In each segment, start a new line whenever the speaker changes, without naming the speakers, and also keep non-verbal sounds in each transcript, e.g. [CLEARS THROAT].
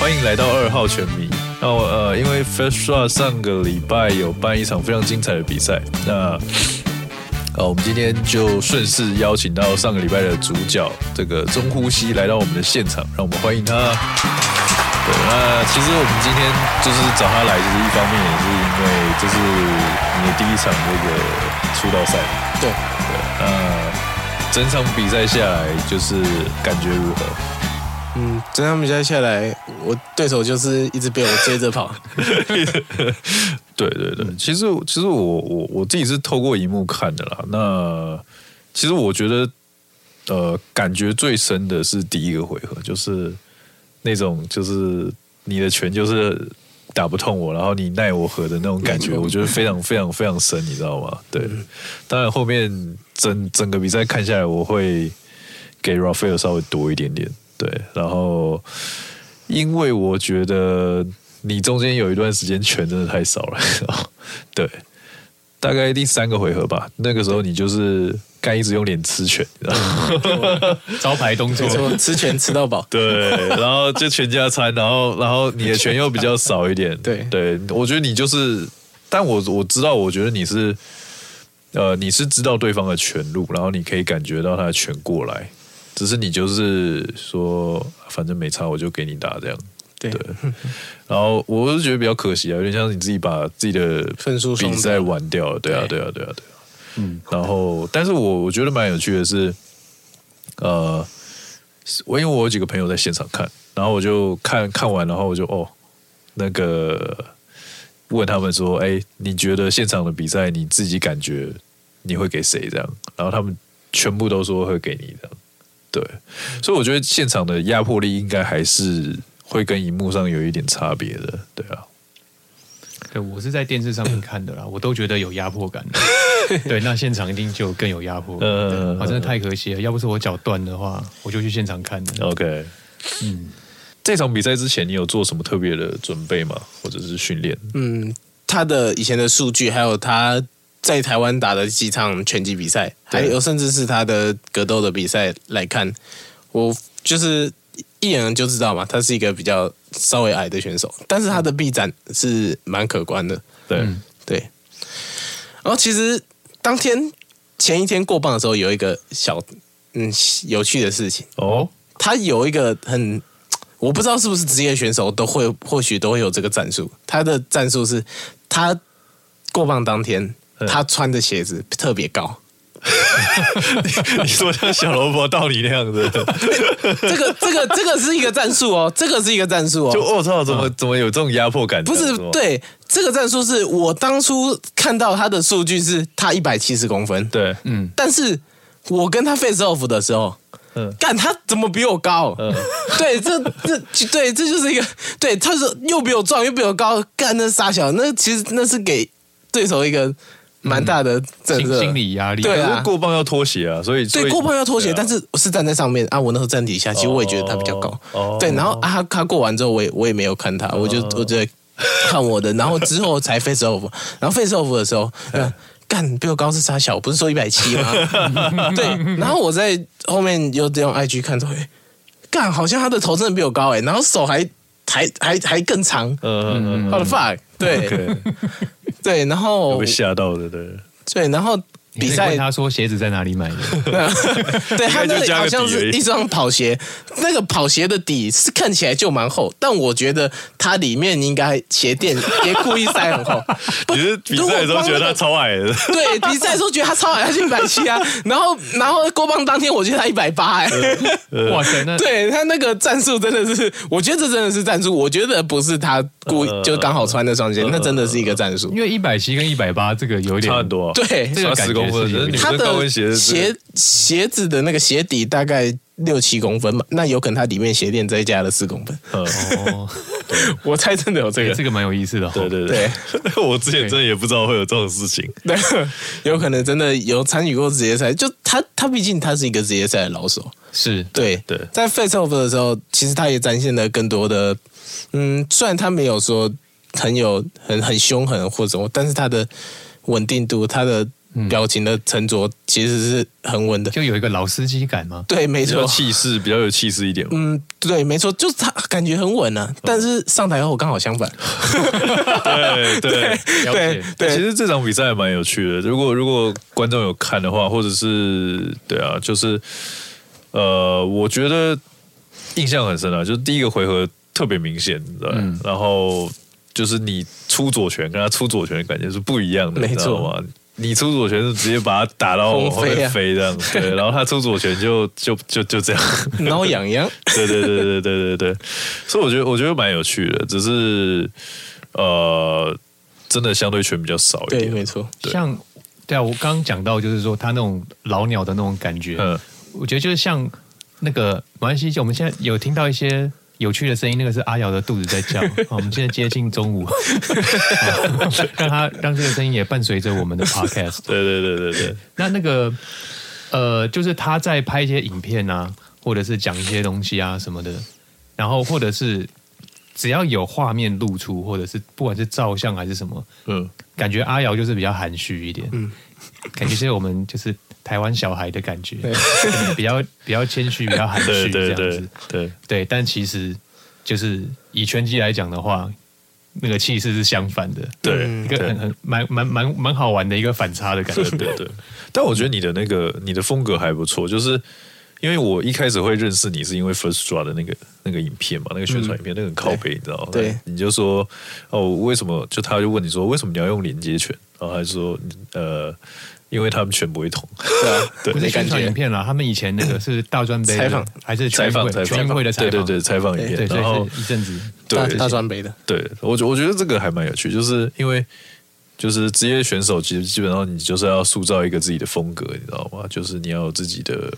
欢迎来到二号拳迷。那我呃，因为 First Shot 上个礼拜有办一场非常精彩的比赛，那呃，我们今天就顺势邀请到上个礼拜的主角这个中呼吸来到我们的现场，让我们欢迎他。对，那其实我们今天就是找他来，就是一方面也是因为这是你的第一场这个出道赛，
对，
对，那整场比赛下来就是感觉如何？
嗯，整场比赛下来，我对手就是一直被我追着跑。
[LAUGHS] 对对对，其实其实我我我自己是透过荧幕看的啦。那其实我觉得，呃，感觉最深的是第一个回合，就是那种就是你的拳就是打不痛我，然后你奈我何的那种感觉，我觉得非常非常非常深，你知道吗？对，当然后面整整个比赛看下来，我会给 Rafael 稍微多一点点，对，然后因为我觉得你中间有一段时间拳真的太少了， [LAUGHS] 对，大概第三个回合吧，那个时候你就是该一直用脸吃拳，你知道吗？
[LAUGHS] 招牌动作
没，错，吃拳吃到饱。
对，然后就全家餐，然后然后你的拳又比较少一点，
[LAUGHS] 对
对，我觉得你就是，但我我知道，我觉得你是，呃，你是知道对方的拳路，然后你可以感觉到他的拳过来，只是你就是说，啊反正没差，我就给你打这样。
对，
然后我是觉得比较可惜啊，有点像是你自己把自己的
分数送
比赛玩掉了，对啊，对
对
啊，对啊，对啊。嗯，然后，但是我我觉得蛮有趣的是，呃，我因为我有几个朋友在现场看，然后我就看看完，然后我就哦，那个问他们说，哎，你觉得现场的比赛你自己感觉你会给谁这样？然后他们全部都说会给你这样，对，所以我觉得现场的压迫力应该还是会跟荧幕上有一点差别的，对啊，
对我是在电视上面
[COUGHS]
看的啦，我都觉得有压迫感。
[LAUGHS]
对，那现场一定就更有压迫感。
嗯
对啊，真的太可惜了，要不是我脚断的话，我就去现场看的。
OK，嗯，这场比赛之前你有做什么特别的准备吗？或者是训练？
嗯，他的以前的数据，还有他在台湾打的几场拳击比赛，还有甚至是他的格斗的比赛来看，我就是一眼就知道嘛，他是一个比较稍微矮的选手，但是他的臂展是蛮可观的。
对，
对，然后其实当天前一天过磅的时候，有一个小嗯有趣的事情，
[LAUGHS] 哦，
他有一个很，我不知道是不是职业选手都会，或许都会有这个战术。他的战术是，他过磅当天，
嗯
他穿的鞋子特别高。
你说像小萝卜到你那样子，
这个这个这个是一个战术哦，这个是一个战术
就
哦。
我操，怎么怎么有这种压迫感？
不是
吗，
对，这个战术是我当初看到他的数据是他一百七十公分，
对，
嗯
但是我跟他 face off 的时候，
嗯
干他怎么比我高？
嗯，
[LAUGHS] 对，这这对，这就是一个对，他是又比我壮又比我高，干那傻小，那其实那是给对手一个蛮大的震
心
慑、
心理压力。
对啊
可是过磅要脱鞋啊，所以所
对，
以
过磅要脱鞋，
对啊
但是我是站在上面啊，我那时候站底下，其实我也觉得他比较高。
哦
对，然后啊，他他过完之后，我也我也没有看他，我就我就在看我的，然后之后才 face off，然后 face off 的时
[LAUGHS]
候，嗯干比我高是傻小，不是说一百七吗？对，然后我在后面又这样 IG 看到，哎干好像他的头真的比我高哎，然后手还还还还更长，
嗯嗯哦
我的 fuck，对
嗯， [LAUGHS] 对，
对，然
我
后
被吓到的，对，
对，然后比
你可以问
赛
他说鞋子在哪里买的？
[LAUGHS]
对，它那
就
个
加个
好像
底而
是
已
一双跑鞋，那个跑鞋的底是看起来就蛮厚，但我觉得它里面应该鞋垫也故意
[LAUGHS]
塞很厚。不
你是比赛的时
如果
候
光
觉得
那
他
个
超矮的，
对比赛的时候觉得他超矮，他就一百七啊， [LAUGHS] 然后然后郭邦当天我觉得他一百八哎，
呃
哇塞，那
对他那个战术真的是，我觉得这真的是战术，我觉得不是他故意
呃
就刚好穿那双鞋，那真的是一个战术
因。为一百七跟一百八这个有一
[LAUGHS]
点
差很，多啊，
对，
这个
差
感
十
觉
公分，
是
就是女
他
生高
的
跟鞋
鞋
是
鞋子的那个鞋底大概六七公分嘛，那有可能它里面鞋垫再加了四公分。
嗯
哦，
我猜真的有这
对
哎
个，
这个蛮有意思的哦。
对对对， [LAUGHS] 我之前真的也不知道会有这种事情，
[LAUGHS] 对，有可能真的有参与过职业赛。就他，他毕竟他是一个职业赛的老手。
是，
对
对
在 face off 的时候，其实他也展现了更多的，嗯，虽然他没有说很有很很凶狠或者什么，但是他的稳定度，他的
嗯
表情的沉着其实是很稳的。
就有一个老司机感吗？
对，没
比较
错，
气势，比较有气势一点嘛。
嗯，对，没错，就是他感觉很稳
嗯
啊，但是上台后刚好相反。
[LAUGHS] 对对。
了
[LAUGHS] 对
解
哎其
对
实这场比赛还蛮有趣的。如果如果观众有看的话，或者是对啊，就是呃，我觉得印象很深啊，就是第一个回合特别明显，你知道吧、
嗯
然后就是你出左拳跟他出左拳的感觉是不一样的，
没
你知道
错
吗？你出左拳是直接把他打
[LAUGHS]
到往后
轰飞
面
啊
飞这样，对，然后他出左拳就就就就这样，
挠痒痒，
[LAUGHS] 对对对对对对对，所以我觉得我觉得蛮有趣的，只是呃，真的相对拳比较少一
对，
点。
没错，
对
像对啊，我刚刚讲到就是说他那种老鸟的那种感觉，
嗯，
我觉得就是像那个马来西亚，我们现在有听到一些有趣的声音，那个是阿瑶的肚子在叫。哦好我们现在接近中午，好让它让这个声音也伴随着我们的 podcast。
对对对对对，
那那个呃，就是他在拍一些影片啊，或者是讲一些东西啊什么的，然后或者是只要有画面露出，或者是不管是照相还是什么，
[LAUGHS]
嗯，
感觉阿瑶就是比较含蓄一点，感觉是我们就是台湾小孩的感觉， [LAUGHS] 比较比较谦虚，比较含
对
蓄这
对
样子。
对对
对，但其实就是以拳击来讲的话，那个气势是相反的，
对
一个很很蛮蛮蛮蛮好玩的一个反差的感觉。
对对对。但我觉得你的那个你的风格还不错，就是因为我一开始会认识你，是因为 First Draw 的那个那个影片嘛，那个宣传影片，那个很靠背，你知道吗？
嗯对
你就说哦，为什么？就他就问你说，为什么你要用连接拳？然后他就说，呃，因为他们拳不会捅。
[LAUGHS] 对啊，
对
不是
没
宣
感
传影
觉。
片啦，他们以前那个是大专杯的
采访
还是
采访采
全运会全
访
运会的采访，
对对对，采访影
对
片，
所
然后
以是一阵子
大
对
大专杯的，
对，我觉我觉得这个还蛮有趣，就是因为就是职业选手，其实基本上你就是要塑造一个自己的风格，你知道吗？就是你要有自己的，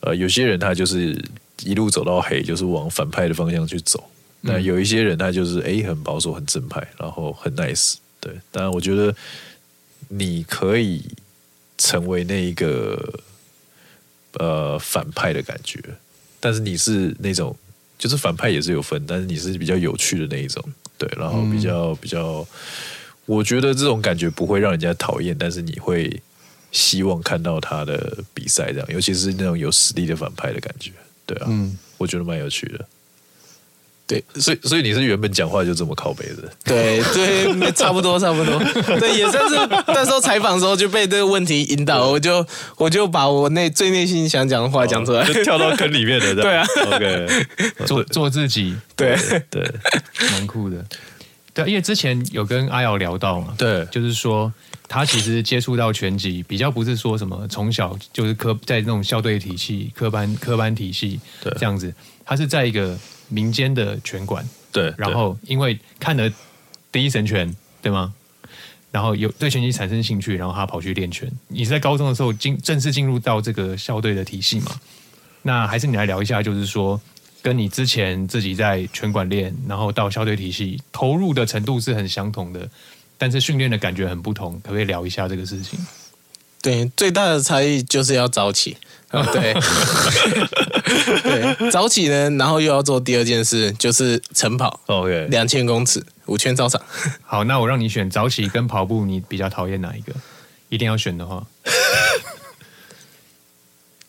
呃，有些人他就是一路走到黑，就是往反派的方向去走；
嗯
那有一些人他就是哎、诶很保守、很正派，然后很 nice。对，当然我觉得你可以成为那一个呃反派的感觉，但是你是那种就是反派也是有分，但是你是比较有趣的那一种，对，然后比较、比较，我觉得这种感觉不会让人家讨厌，但是你会希望看到他的比赛这样，尤其是那种有实力的反派的感觉，对啊，
嗯
我觉得蛮有趣的。
对
所以所以你是原本讲话就这么靠背的，
对对，差不多差 [LAUGHS] 不多，对，也算是那时候采访的时候就被这个问题引导，我就我就把我内最内心想讲的话讲出来，
哦就跳到坑里面的，
[LAUGHS] 对啊
，OK，
做做自己，
对，
对
蛮酷的。对，因为之前有跟阿瑶聊到嘛，
对
就是说他其实接触到拳击，比较不是说什么从小就是科在那种校队体系、科班科班体系
对
这样子，他是在一个民间的拳馆，
对，
然后因为看了第一神拳，对吗？然后有对拳击产生兴趣，然后他跑去练拳。你是在高中的时候进正式进入到这个校队的体系嘛？那还是你来聊一下，就是说跟你之前自己在拳馆练，然后到校队体系投入的程度是很相同的，但是训练的感觉很不同，可不可以聊一下这个事情？
对，最大的差异就是要早起。啊， [LAUGHS] 对，对，早起呢，然后又要做第二件事，就是晨跑，
OK，
两千公尺，五圈操场。
好，那我让你选早起跟跑步，你比较讨厌哪一个？一定要选的话，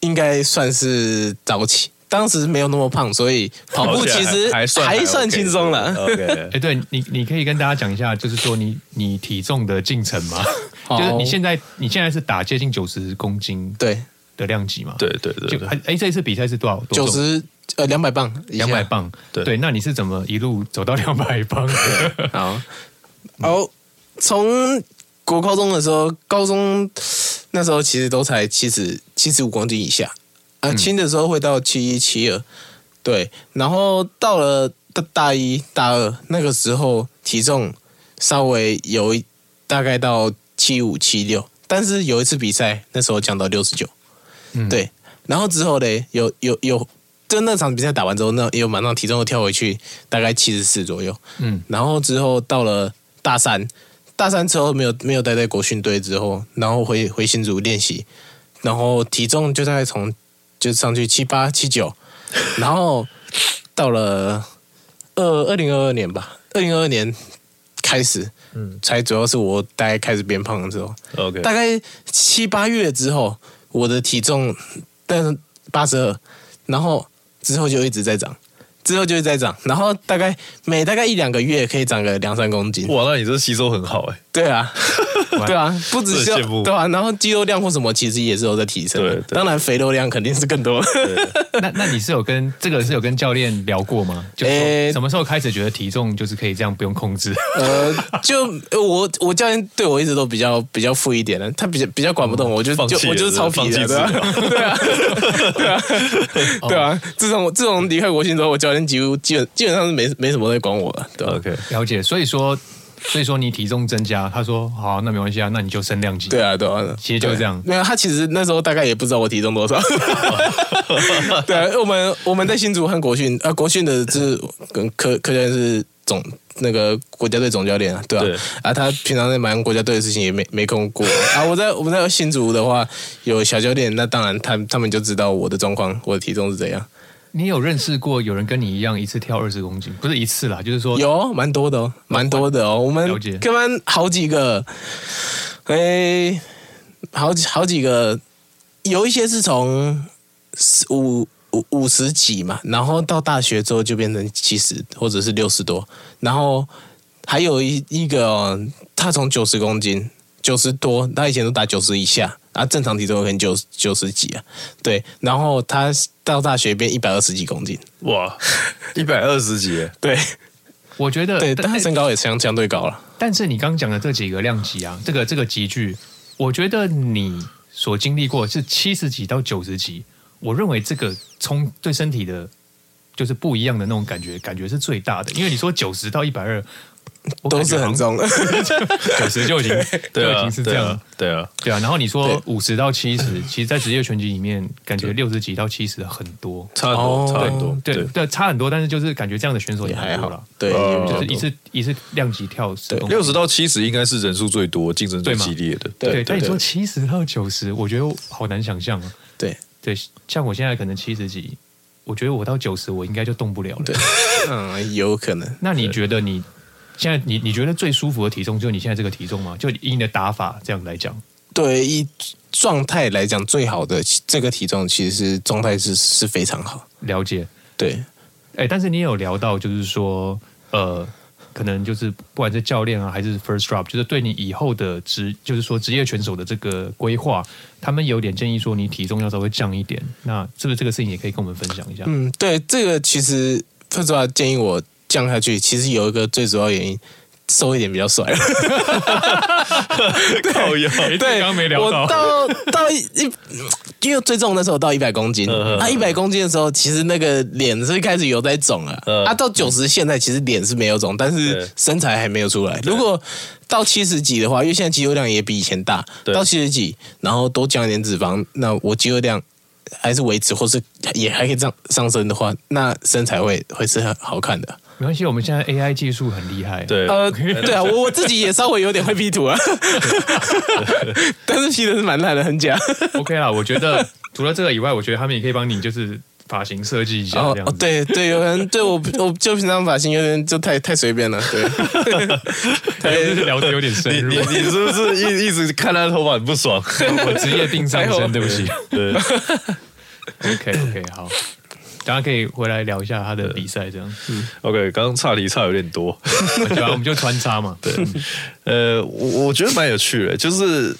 应该算是早起。当时没有那么胖，所以跑步其实
还算
算轻松了。
OK，
哎，对你，你可以跟大家讲一下，就是说你你体重的进程吗？
好
就是你现在你现在是打接近九十公斤
对，
的量级嘛？
对对对
就
对
哎，哎这一次比赛是多少？
九十呃两百磅，
两百。磅。
对
那你是怎么一路走到两百磅？
[LAUGHS] 好，
嗯
哦，从国高中的时候，高中那时候其实都才七十七十五公斤以下，啊、
嗯
轻的时候会到七一七二，对，然后到了大大一大二那个时候，体重稍微有一大概到七五七六，但是有一次比赛，那时候降到六十九，
嗯
对，然后之后嘞，有有有。就那场比赛打完之后，那也有马上体重又跳回去，大概七十四左右。
嗯，
然后之后到了大三，大三之后没有没有待在国训队之后，然后回回新竹练习，然后体重就大概从就上去七八七九，然后到了二二零二二年吧，二零二二年开始，
嗯
才主要是我大概开始变胖了之后，
，OK，
大概七八月之后，我的体重但是八十二，然后之后就一直在涨，之后就一直在涨，然后大概每大概一两个月可以长个两三公斤。
哇，那你这吸收很好哎、
对啊，对啊，不只是
这很羡慕
对啊，然后肌肉量或什么其实也是有在提升的，
对对
当然肥肉量肯定是更多。
那那你是有跟这个是有跟教练聊过吗？就说
诶
什么时候开始觉得体重就是可以这样不用控制？ [LAUGHS]
呃，就呃我我教练对我一直都比较比较富一点的，他比较比较管不动我，我就
放
就
弃
我
了
就是超皮的，
是
对啊
吧，
对啊， [LAUGHS] 对啊，对啊。自从我自从离开国训之后，我教练几乎基本基本上是没没什么在管我了，对吧？
OK，
了解，所以说所以说你体重增加，他说好，那没关系啊，那你就升量级。
对啊，对啊，
其实就是这样
对没有，他其实那时候大概也不知道我体重
[LAUGHS]
多少。对啊，因为我们我们在新竹和国训，啊，国训的是跟科科教练是总那个国家队总教练啊，对啊，
对
啊，他平常在忙国家队的事情也没没空过啊。我在我们在新竹的话，有小教练，那当然他他们就知道我的状况，我的体重是怎样，
你有认识过有人跟你一样一次跳二十公斤？不是一次啦，就是说
有哦蛮多的哦，蛮多的哦，我们
了解
跟班好几个，哎，好几好几个，有一些是从四五五五十几嘛，然后到大学之后就变成七十或者是六十多，然后还有一一个、哦，他从九十公斤九十多，他以前都打九十以下。啊，正常体重可能九九十几啊，对，然后他到大学变一百二十几公斤，
哇，一百二十几耶，
对
我觉得
对，但
但
他身高也相相对高了。
但是你刚讲的这几个量级啊，这个这个集距，我觉得你所经历过是七十几到九十几，我认为这个冲对身体的，就是不一样的那种感觉，感觉是最大的。因为你说九十到一百二，我
都是很， [LAUGHS] 重的。
[LAUGHS] 九十就已经
对
就已
啊
经，是这
对
样
啊
了。，
对啊，
对啊，然后你说
对
五十到
[LAUGHS]
七十，其实，在职业拳击里面，感觉六十几到七十很多，
差很多，
哦
差很多，
对
对
对，差很多，但是就是感觉这样的选手也
也还
很多了
好，，对，
呃
也比较
就是
多
一次一次量级跳十
对
公斤
六十到七十应该是人数最多、竞争最
对嘛
激烈的。
对
对，但你说七十到九十，我觉得好难想象啊。
对
对，像我现在可能七十几，我觉得我到九十我应该就动不了了。
对，嗯， [LAUGHS] 有可能。
那你觉得你现在你你觉得最舒服的体重就是你现在这个体重吗？就以你的打法这样来讲，
对以状态来讲，最好的这个体重其实是状态是是非常好。
了解。
对，
哎，但是你也有聊到，就是说，呃，可能就是不管是教练啊，还是 First Drop，就是对你以后的职，就是说职业拳手的这个规划，他们有点建议说你体重要稍微降一点。那是不是这个事情也可以跟我们分享一下？
嗯，对，这个其实说实话，建议我降下去，其实有一个最主要原因，瘦一点比较帅。
靠腰， [LAUGHS]
对，
刚刚没聊到
我到到一，一嗯因为最重那时候到一百公斤，
嗯嗯
啊，一百公斤的时候，其实那个脸是开始有在肿了，
嗯
啊，到九十现在其实脸是没有肿，但
对
是身材还没有出来。如果到七十几的话，因为现在肌肉量也比以前大，
对
到七十几，然后多降一点脂肪，那我肌肉量。还是维持，或是也还可以上上升的话，那身材会会是很好看的。
没关系，我们现在 AI 技术很厉害。
对， [LAUGHS]
呃，对啊，我我自己也稍微有点会 P 图啊， [LAUGHS] 但是 P 的是蛮烂的，很假。
，OK 啦。我觉得 [LAUGHS] 除了这个以外，我觉得他们也可以帮你就是发型设计一下
然后
这样
哦，
子。
对对，有人对我我就平常发型有点就太太随便了，对， [LAUGHS]
就是聊得有点
你
深入
你，你是不是一一直看他的头发很不爽？
我职业病上
还好
身，对不起。
对，
OK OK，好，大家可以回来聊一下他的比赛，这样，
OK，刚刚岔题岔有点多，
对啊，我们就穿插嘛。对，
[LAUGHS] 呃，我我觉得蛮有趣的，就是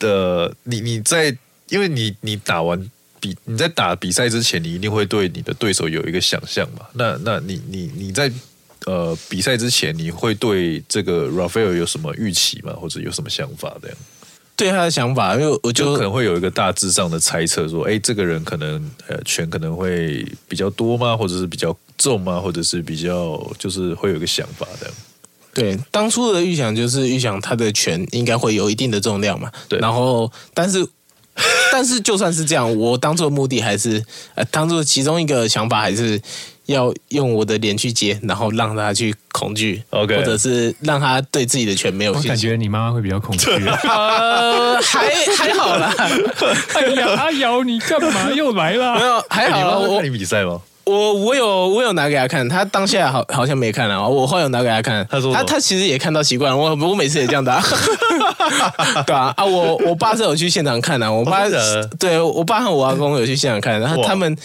呃，你你在因为你你打完比你在打比赛之前，你一定会对你的对手有一个想象嘛？那那你你你在呃比赛之前，你会对这个 Rafael 有什么预期吗？或者有什么想法？这样
对他的想法，因为我
就
就
可能会有一个大致上的猜测，说，哎，这个人可能呃拳可能会比较多吗？或者是比较重吗？或者是比较就是会有一个想法这样。
对当初的预想就是预想他的拳应该会有一定的重量嘛，
对
然后但是但是就算是这样，我当做目的还是呃当做其中一个想法还是。要用我的脸去接，然后让他去恐惧
OK
或者是让他对自己的拳没有
我
信
感
心。
觉你妈妈会比较恐惧。
呃，还还
[LAUGHS]
好啦，
哎呀，阿瑶，你干嘛又来
没
啦？
有还
哎
好
你
啦，
妈妈
我
看你比赛吗？
我我有我有拿给他看，他当下好好像没看啊，我后来有拿给他看，
他说什
他
么
他其实也看到习惯了，我我每次也这
[LAUGHS]
样打，对啊啊，我我爸是有去现场看的、啊，我爸、
哦真的假的
对我爸和我阿公有去现场看，然后
哇
他们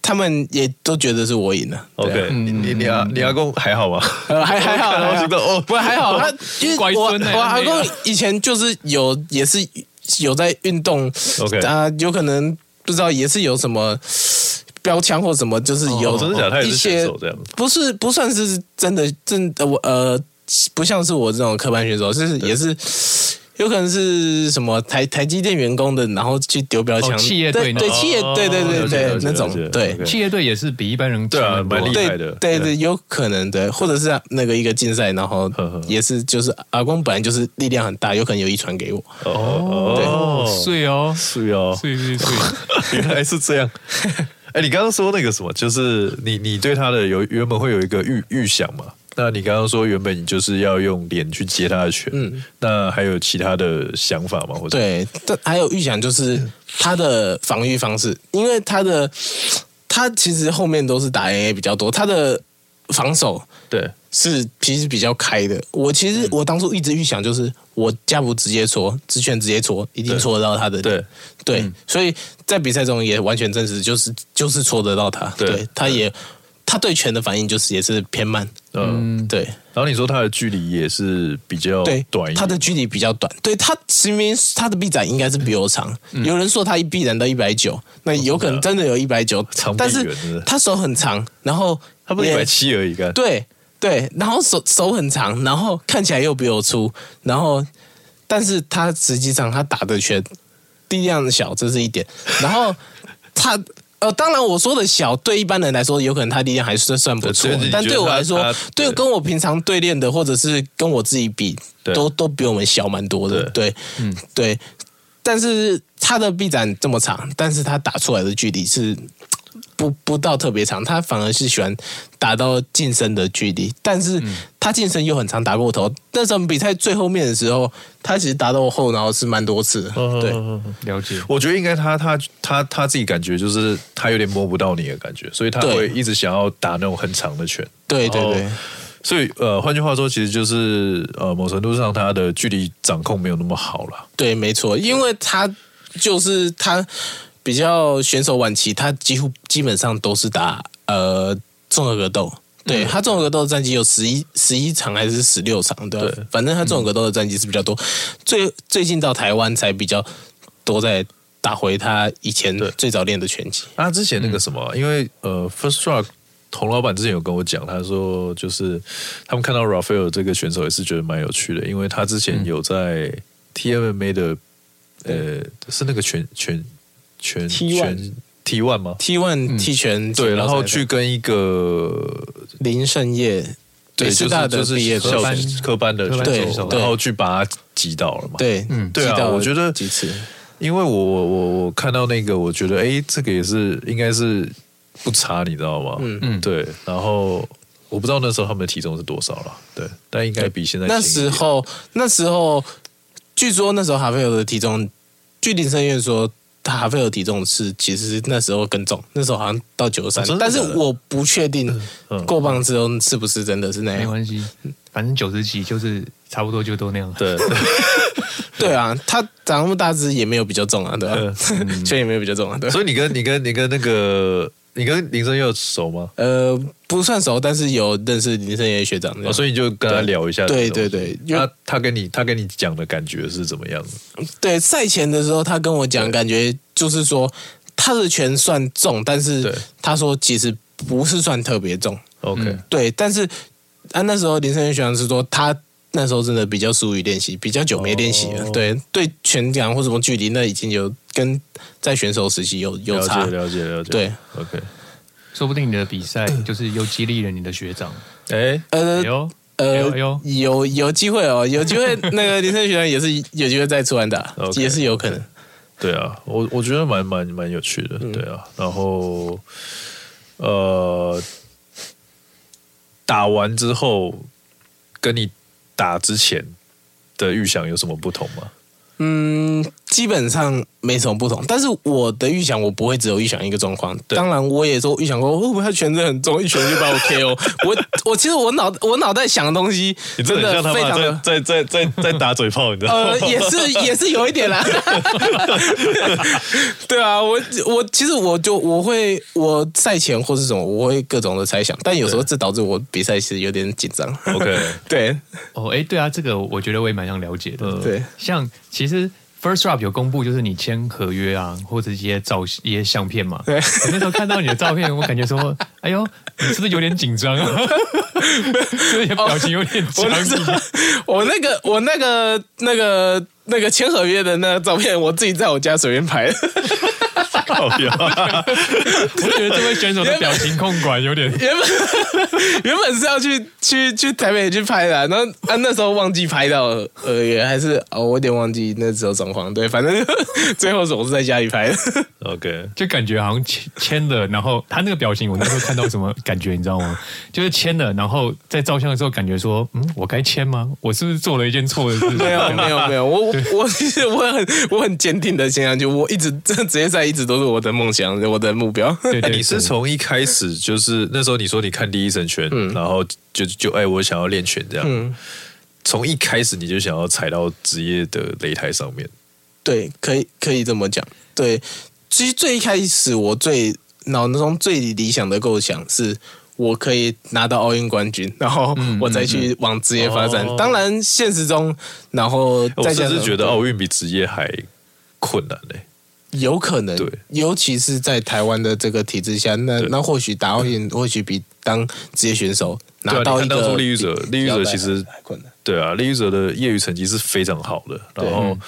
他们也都觉得是我赢了对啊
OK，你你你阿你阿公还好吗？
呃还还好，
我看到
还好
我觉得 [LAUGHS] 哦
不还好，他因为
乖
我
啊
孙欸
我阿
没有
公以前就是有也是有在运动
OK
啊，有可能不知道也是有什么标枪或什么，就是有
哦真的假的他也是
一些
选手这样子
不是不算是真的真的我呃不像是我这种科班选手，是也是。有可能是什么台台积电员工的，然后去丢标枪、
哦企业
对
队那
对
种
企业对对
哦
对
了解了
对
解
那种
了解
对
OK
企业队也是比一般人
对啊
强很多
蛮厉害
对
的
对
对
对，有可能的，或者是那个一个竞赛，然后
呵呵
也是就是阿光本来就是力量很大，有可能有遗传给我。
哦，是
碎哦，
是哦，
碎碎碎，
[LAUGHS] 原来是这样。 [LAUGHS] 哎，你刚刚说那个什么，就是你你对他的有原本会有一个预预想嘛？那你刚刚说原本你就是要用脸去接他的拳，
嗯
那还有其他的想法吗？或者
对，但还有预想就是他的防御方式，因为他的他其实后面都是打 AA 比较多，他的防守
对
是其实比较开的。我其
嗯
实我当初一直预想就是我架步直接戳，直拳直接戳，一定
对
戳得到他的
对嗯
对，所以在比赛中也完全证实，就是就是戳得到他，
对
对他也他对拳的反应就是也是偏慢，
嗯，
嗯，
对、
然后你说他的距离也是比较
对，
短一点，
他的距离比较短，对他明明他的臂展应该是比我长，
嗯
有人说他一臂展到一百九，那有可能真的有一百九
长，臂
但
猿真的
是他手很长，然后
他不是一
也
百七而已，干
对对，然后手手很长，然后看起来又比我粗，然后但是他实际上他打的拳力量小，这是一点。然后他呃，当然我说的小，对一般人来说，有可能他力量还是算不
对
错
所以你，
但
觉
对
得
我
他
来说
他，
对
对
跟我平常对练的，或者是跟我自己比，
对
都都比我们小蛮多的。对，嗯，对。但是他的臂展这么长，但是他打出来的距离是不不到特别长，他反而是喜欢打到近身的距离，但是他近身又很常打过头。那场比赛最后面的时候，他其实打到我后脑是蛮多次的，对。
嗯了解。
我觉得应该他他他他自己感觉就是他有点摸不到你的感觉，所以他
对
会一直想要打那种很长的拳。
对对
然后
对，
所以呃，换句话说，其实就是呃，某程度上他的距离掌控没有那么好了。
对，没错，因为他就是他比较选手晚期，他几乎基本上都是打呃综合格斗。
嗯
对他综合格斗的战绩有十一十一场还是十六场，对吧，
对嗯
反正他综合格斗的战绩是比较多。最最近到台湾才比较多在打回他以前
对
最早练的拳击。
啊，之前那个什么，
嗯
因为呃，First Rock 童老板之前有跟我讲，他说就是他们看到 Rafael 这个选手也是觉得蛮有趣的，因为他之
嗯
前有在 TMMA 的、呃是那个拳拳拳
T1
拳 T one 吗？
T one 踢拳锦标赛
嗯对，
的，
然后去跟一个
林胜业，
对就
北师
是
大的
就是
毕业
校
科
班
科班的
科班
选
选
手
手，
然后去把他击倒了嘛？，
对，
嗯
对啊
击倒了
我觉得
几次，
因为我我我我看到那个，我觉得哎，这个也是应该是不差，你知道吗？
嗯
嗯
对。然后我不知道那时候他们的体重是多少了，对，但应该比现在
那
轻一
时
点
候，那时候，据说那时候哈菲尔的体重，据林声院说，他哈菲尔体重是其实那时候更重，那时候好像到九十三
哦真，的
但是
假的
我不确定
嗯
过磅之后是不是真的是那
没
样。
关系，哎 [LAUGHS] 反正九十几就是差不多就都那样。
对， [LAUGHS]
对啊，他长那么大只也没有比较重啊，对吧、 [LAUGHS] 所以也没有比较重啊，对
嗯
吧。
所以你跟你跟你跟那个你跟林正佑熟吗？
呃，不算熟，但是有认识林声院学长这样、
哦，所以你就跟他
对
聊一下这个东
对
西，
对对，因为
他他跟你他跟你讲的感觉是怎么样的？
对赛前的时候，他跟我讲，感觉就是说他的拳算重，但
对
是他说其实不是算特别重。
OK，、
嗯
对，但是啊，那时候林胜元学长是说他那时候真的比较疏于练习，比较久没练习了。
哦
对对，拳感或什么距离，那已经有跟在选手时期有有
了解
差。
了解了解，
对，
，OK，
说不定你的比赛就是又激励了你的学长。
哎，
呃
哎呦，哎
呃
呦，
有有机会哦，有机会那个林胜元学长也是有机会再出完打
OK，
也是有可能。
对啊，我我觉得蛮蛮蛮有趣的，
嗯
对啊。然后呃，打完之后跟你打之前的预想有什么不同吗？
嗯，基本上没什么不同，但是我的预想我不会只有预想一个状况。当然，我也说预想过会不会他拳真的很重，一拳就把我 KO。我我其实我脑我脑袋想的东西
你
真
真的很
的
像
非
他
常
们
的
在在在在在打嘴炮，你知道吗
呃，？
[LAUGHS]
也是也是有一点啦。 [LAUGHS] 对啊，我我其实我就我会我赛前或是什么，我会各种的猜想，但有时候这导致我比赛其实有点紧张。
OK，
对
哦，哎，对啊，这个我觉得我也蛮想了解的。
对，
像其实 First Rap 有公布，就是你签合约啊，或者一些照一些相片嘛。
对
我那时候看到你的照片，我感觉说，哎呦，你是不是有点紧张
[LAUGHS]
啊？这些表情有点僵
哦我那时
硬。
候， [LAUGHS] 我那个我那个那个那个签合约的那个照片，我自己在我家随便拍的。 [LAUGHS]
靠呀，
[LAUGHS]
我觉得这位选手的表情控管有点
原本 [LAUGHS] 原本是要去去去台北去拍的啊、然后啊那时候忘记拍到合约，还是哦我有点忘记那时候状况。对，反正 [LAUGHS] 最后总是在家里拍的。
OK，
就感觉好像签签了，然后他那个表情，我那时候看到什么感觉，你知道吗？ [LAUGHS] 就是签了，然后在照相的时候感觉说，嗯，我该签吗？我是不是做了一件错的事情？
没有没有没
[LAUGHS]
有，我我其实我很我很坚定的想下去，我一直这职业赛一直都是我的梦想，我的目标。
对对
哎，
对
你是从一开始就是那时候你说你看第一神拳，
嗯
然后就就哎，我想要练拳这样，从一开始你就想要踩到职业的擂台上面，
[LAUGHS] 对，可以可以这么讲。对，其实最一开始我最脑中最理想的构想是。我可以拿到奥运冠军，然后
嗯
我再去往职业发展。
哦
当然，现实中，然后
我
再加
甚
上
至觉得奥运比职业还困难欸嘞。
有可能，
对
尤其是在台湾的这个体制下，那
对嗯
那或许打奥运，或许比当职业选手
对啊
拿到
你看
一
当
个
初利益者
比
利益者
比较
其实
还困难。
对啊，利益者的业余成绩是非常好的，然后
嗯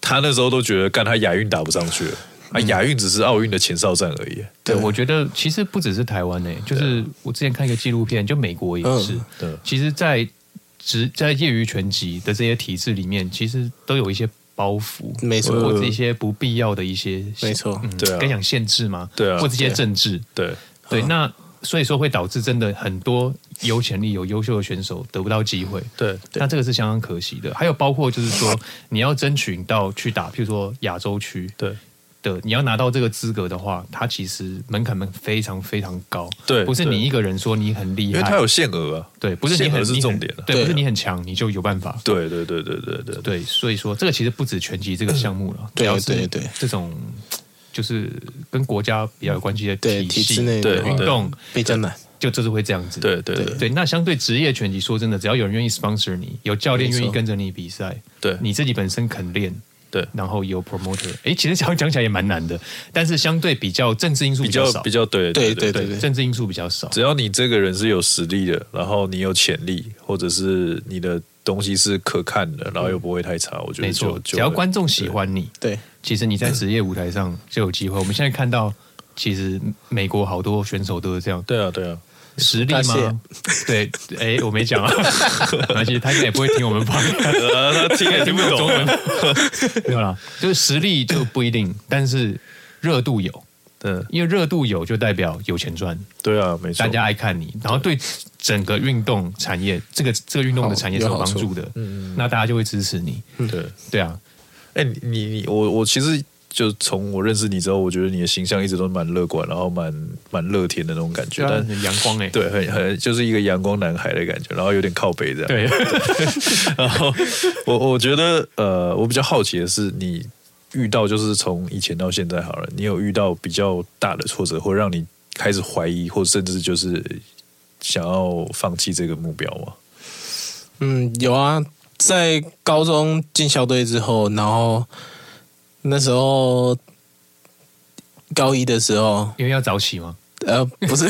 他那时候都觉得，干他亚运打不上
[LAUGHS]
去了，啊，亚运只是奥运的前哨战而已。
对，我觉得其实不只是台湾诶、就是我之前看一个纪录片，就美国也是。
嗯
对
其实在，职在业余拳击的这些体制里面，其实都有一些包袱，
没错
或者一些不必要的一些，
没错
嗯
对啊
该讲限制嘛，
对啊
或者一些政治，
对，
对，那所以说会导致真的很多有潜力、有优秀的选手 [LAUGHS] 得不到机会。
对啊
那这个是相当可惜的。还有包括就是说，你要争取到去打，譬如说亚洲区
对
的，你要拿到这个资格的话，它其实门槛们非常非常高。
对
不是
对
你一个人说你很厉
因为
害，
他有限额啊。
对，不是你
限
很
额是
你很
重点啊
对，
对
不是你很强你就有办法。
对对对对对对对，
对，所以说这个其实不止拳击这个项目
嗯
了，
对
主要是
对对
这种就是跟国家比较有关系的
对
体
体
系
制内
对
的
运
话
对
动，
比较难。
就就是会这样子。
对对对
对，那相对职业拳击，说真的，只要有人愿意 sponsor 你，有教练
没错
愿意跟着你比赛，
对
你自己本身肯练，
对，
然后有 promoter，哎，诶其实讲讲起来也蛮难的，但是相对比较政治因素
比较
少，
比较对
对
对
对对
政治因素比较少，
只要你这个人是有实力的，然后你有潜力，或者是你的东西是可看的，然后又不会太差，我觉得
嗯没
就
错，
就
只要观众喜欢你，
对，
其实你在职业舞台上就有机会。我们现在看到，其实美国好多选手都是这样，
对啊对啊，
实力
大谢
吗？对，哎，我没
[LAUGHS]
讲啊，而且他应该也不会 [LAUGHS] 听我们放。
呃，他听也听不懂，
没有啦，就是实力就不一定，但是热度有，
嗯，
因为热度有就代表有钱赚，
对啊，没错，
大家爱看你，然后对整个运动产业，这个这个运动的产业是有帮助的，那大家就会支持你，
嗯对。
对啊，
哎、你你你我我其实就从我认识你之后，我觉得你的形象一直都蛮乐观，然后蛮蛮乐天的那种感觉，
觉得
但
很阳光哎、
对，很很就是一个阳光男孩的感觉，然后有点靠北这样。，
对， [LAUGHS]
[LAUGHS] 然后我我觉得呃，我比较好奇的是，你遇到就是从以前到现在好了，你有遇到比较大的挫折，或让你开始怀疑，或甚至就是想要放弃这个目标吗？
嗯，有啊，在高中进校队之后，然后那时候高一的时候，
因为要早起嘛，
呃，不
[LAUGHS]
是，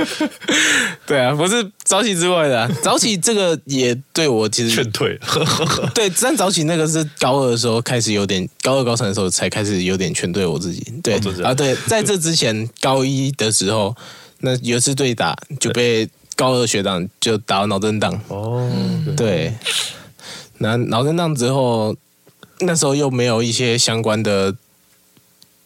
[LAUGHS] 对啊，不是早起之外的啊、早起这个也对我其实
劝退， [LAUGHS]
[LAUGHS] 对，但早起那个是高二的时候开始有点，高二高三的时候才开始有点劝对我自己。对、
真的假的
啊，对，在这之前高一的时候，那有一次对打就被高二学长就打到脑震荡。
哦，
对，那脑震荡之后，那时候又没有一些相关的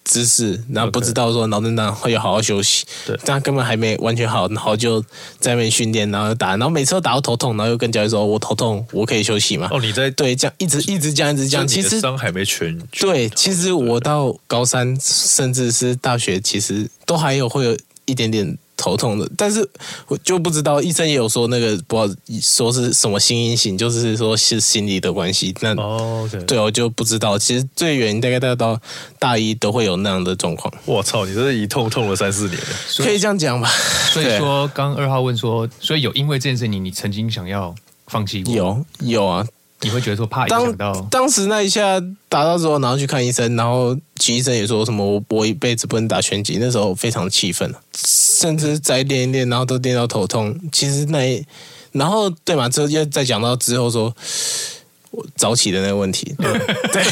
知识，然后不知道说脑震荡会有好好休息，
对
但他根本还没完全好，然后就在那边训练，然后打，然后每次都打到头痛，然后又跟教练说我头痛，我可以休息嘛？
哦，你在
对，这样一直一直这样一直这样，
就你
其
的
实
伤还没痊愈，
对，其实我到高三，甚至是大学，其实都还有会有一点点头痛的，但是我就不知道医生也有说那个不知道说是什么心因性，就是说是心理的关系。那、
哦，OK，
对，我就不知道。其实最远大概到到大一都会有那样的状况，
我操，你这是一痛痛了三四
[LAUGHS]
年，
可以这样讲吧？
所以说，刚二号问说，所以有因为这件事情，你曾经想要放弃过？
对，有有啊，
你会觉得说怕影响
当
到
当时那一下打到之后，然后去看医生，然后其实医生也说什么我我一辈子不能打拳击，那时候非常气愤，甚至再练一练，然后都练到头痛。其实那一然后对嘛，之后又再讲到之后说。我早起的那个问题，
嗯
[LAUGHS] 对，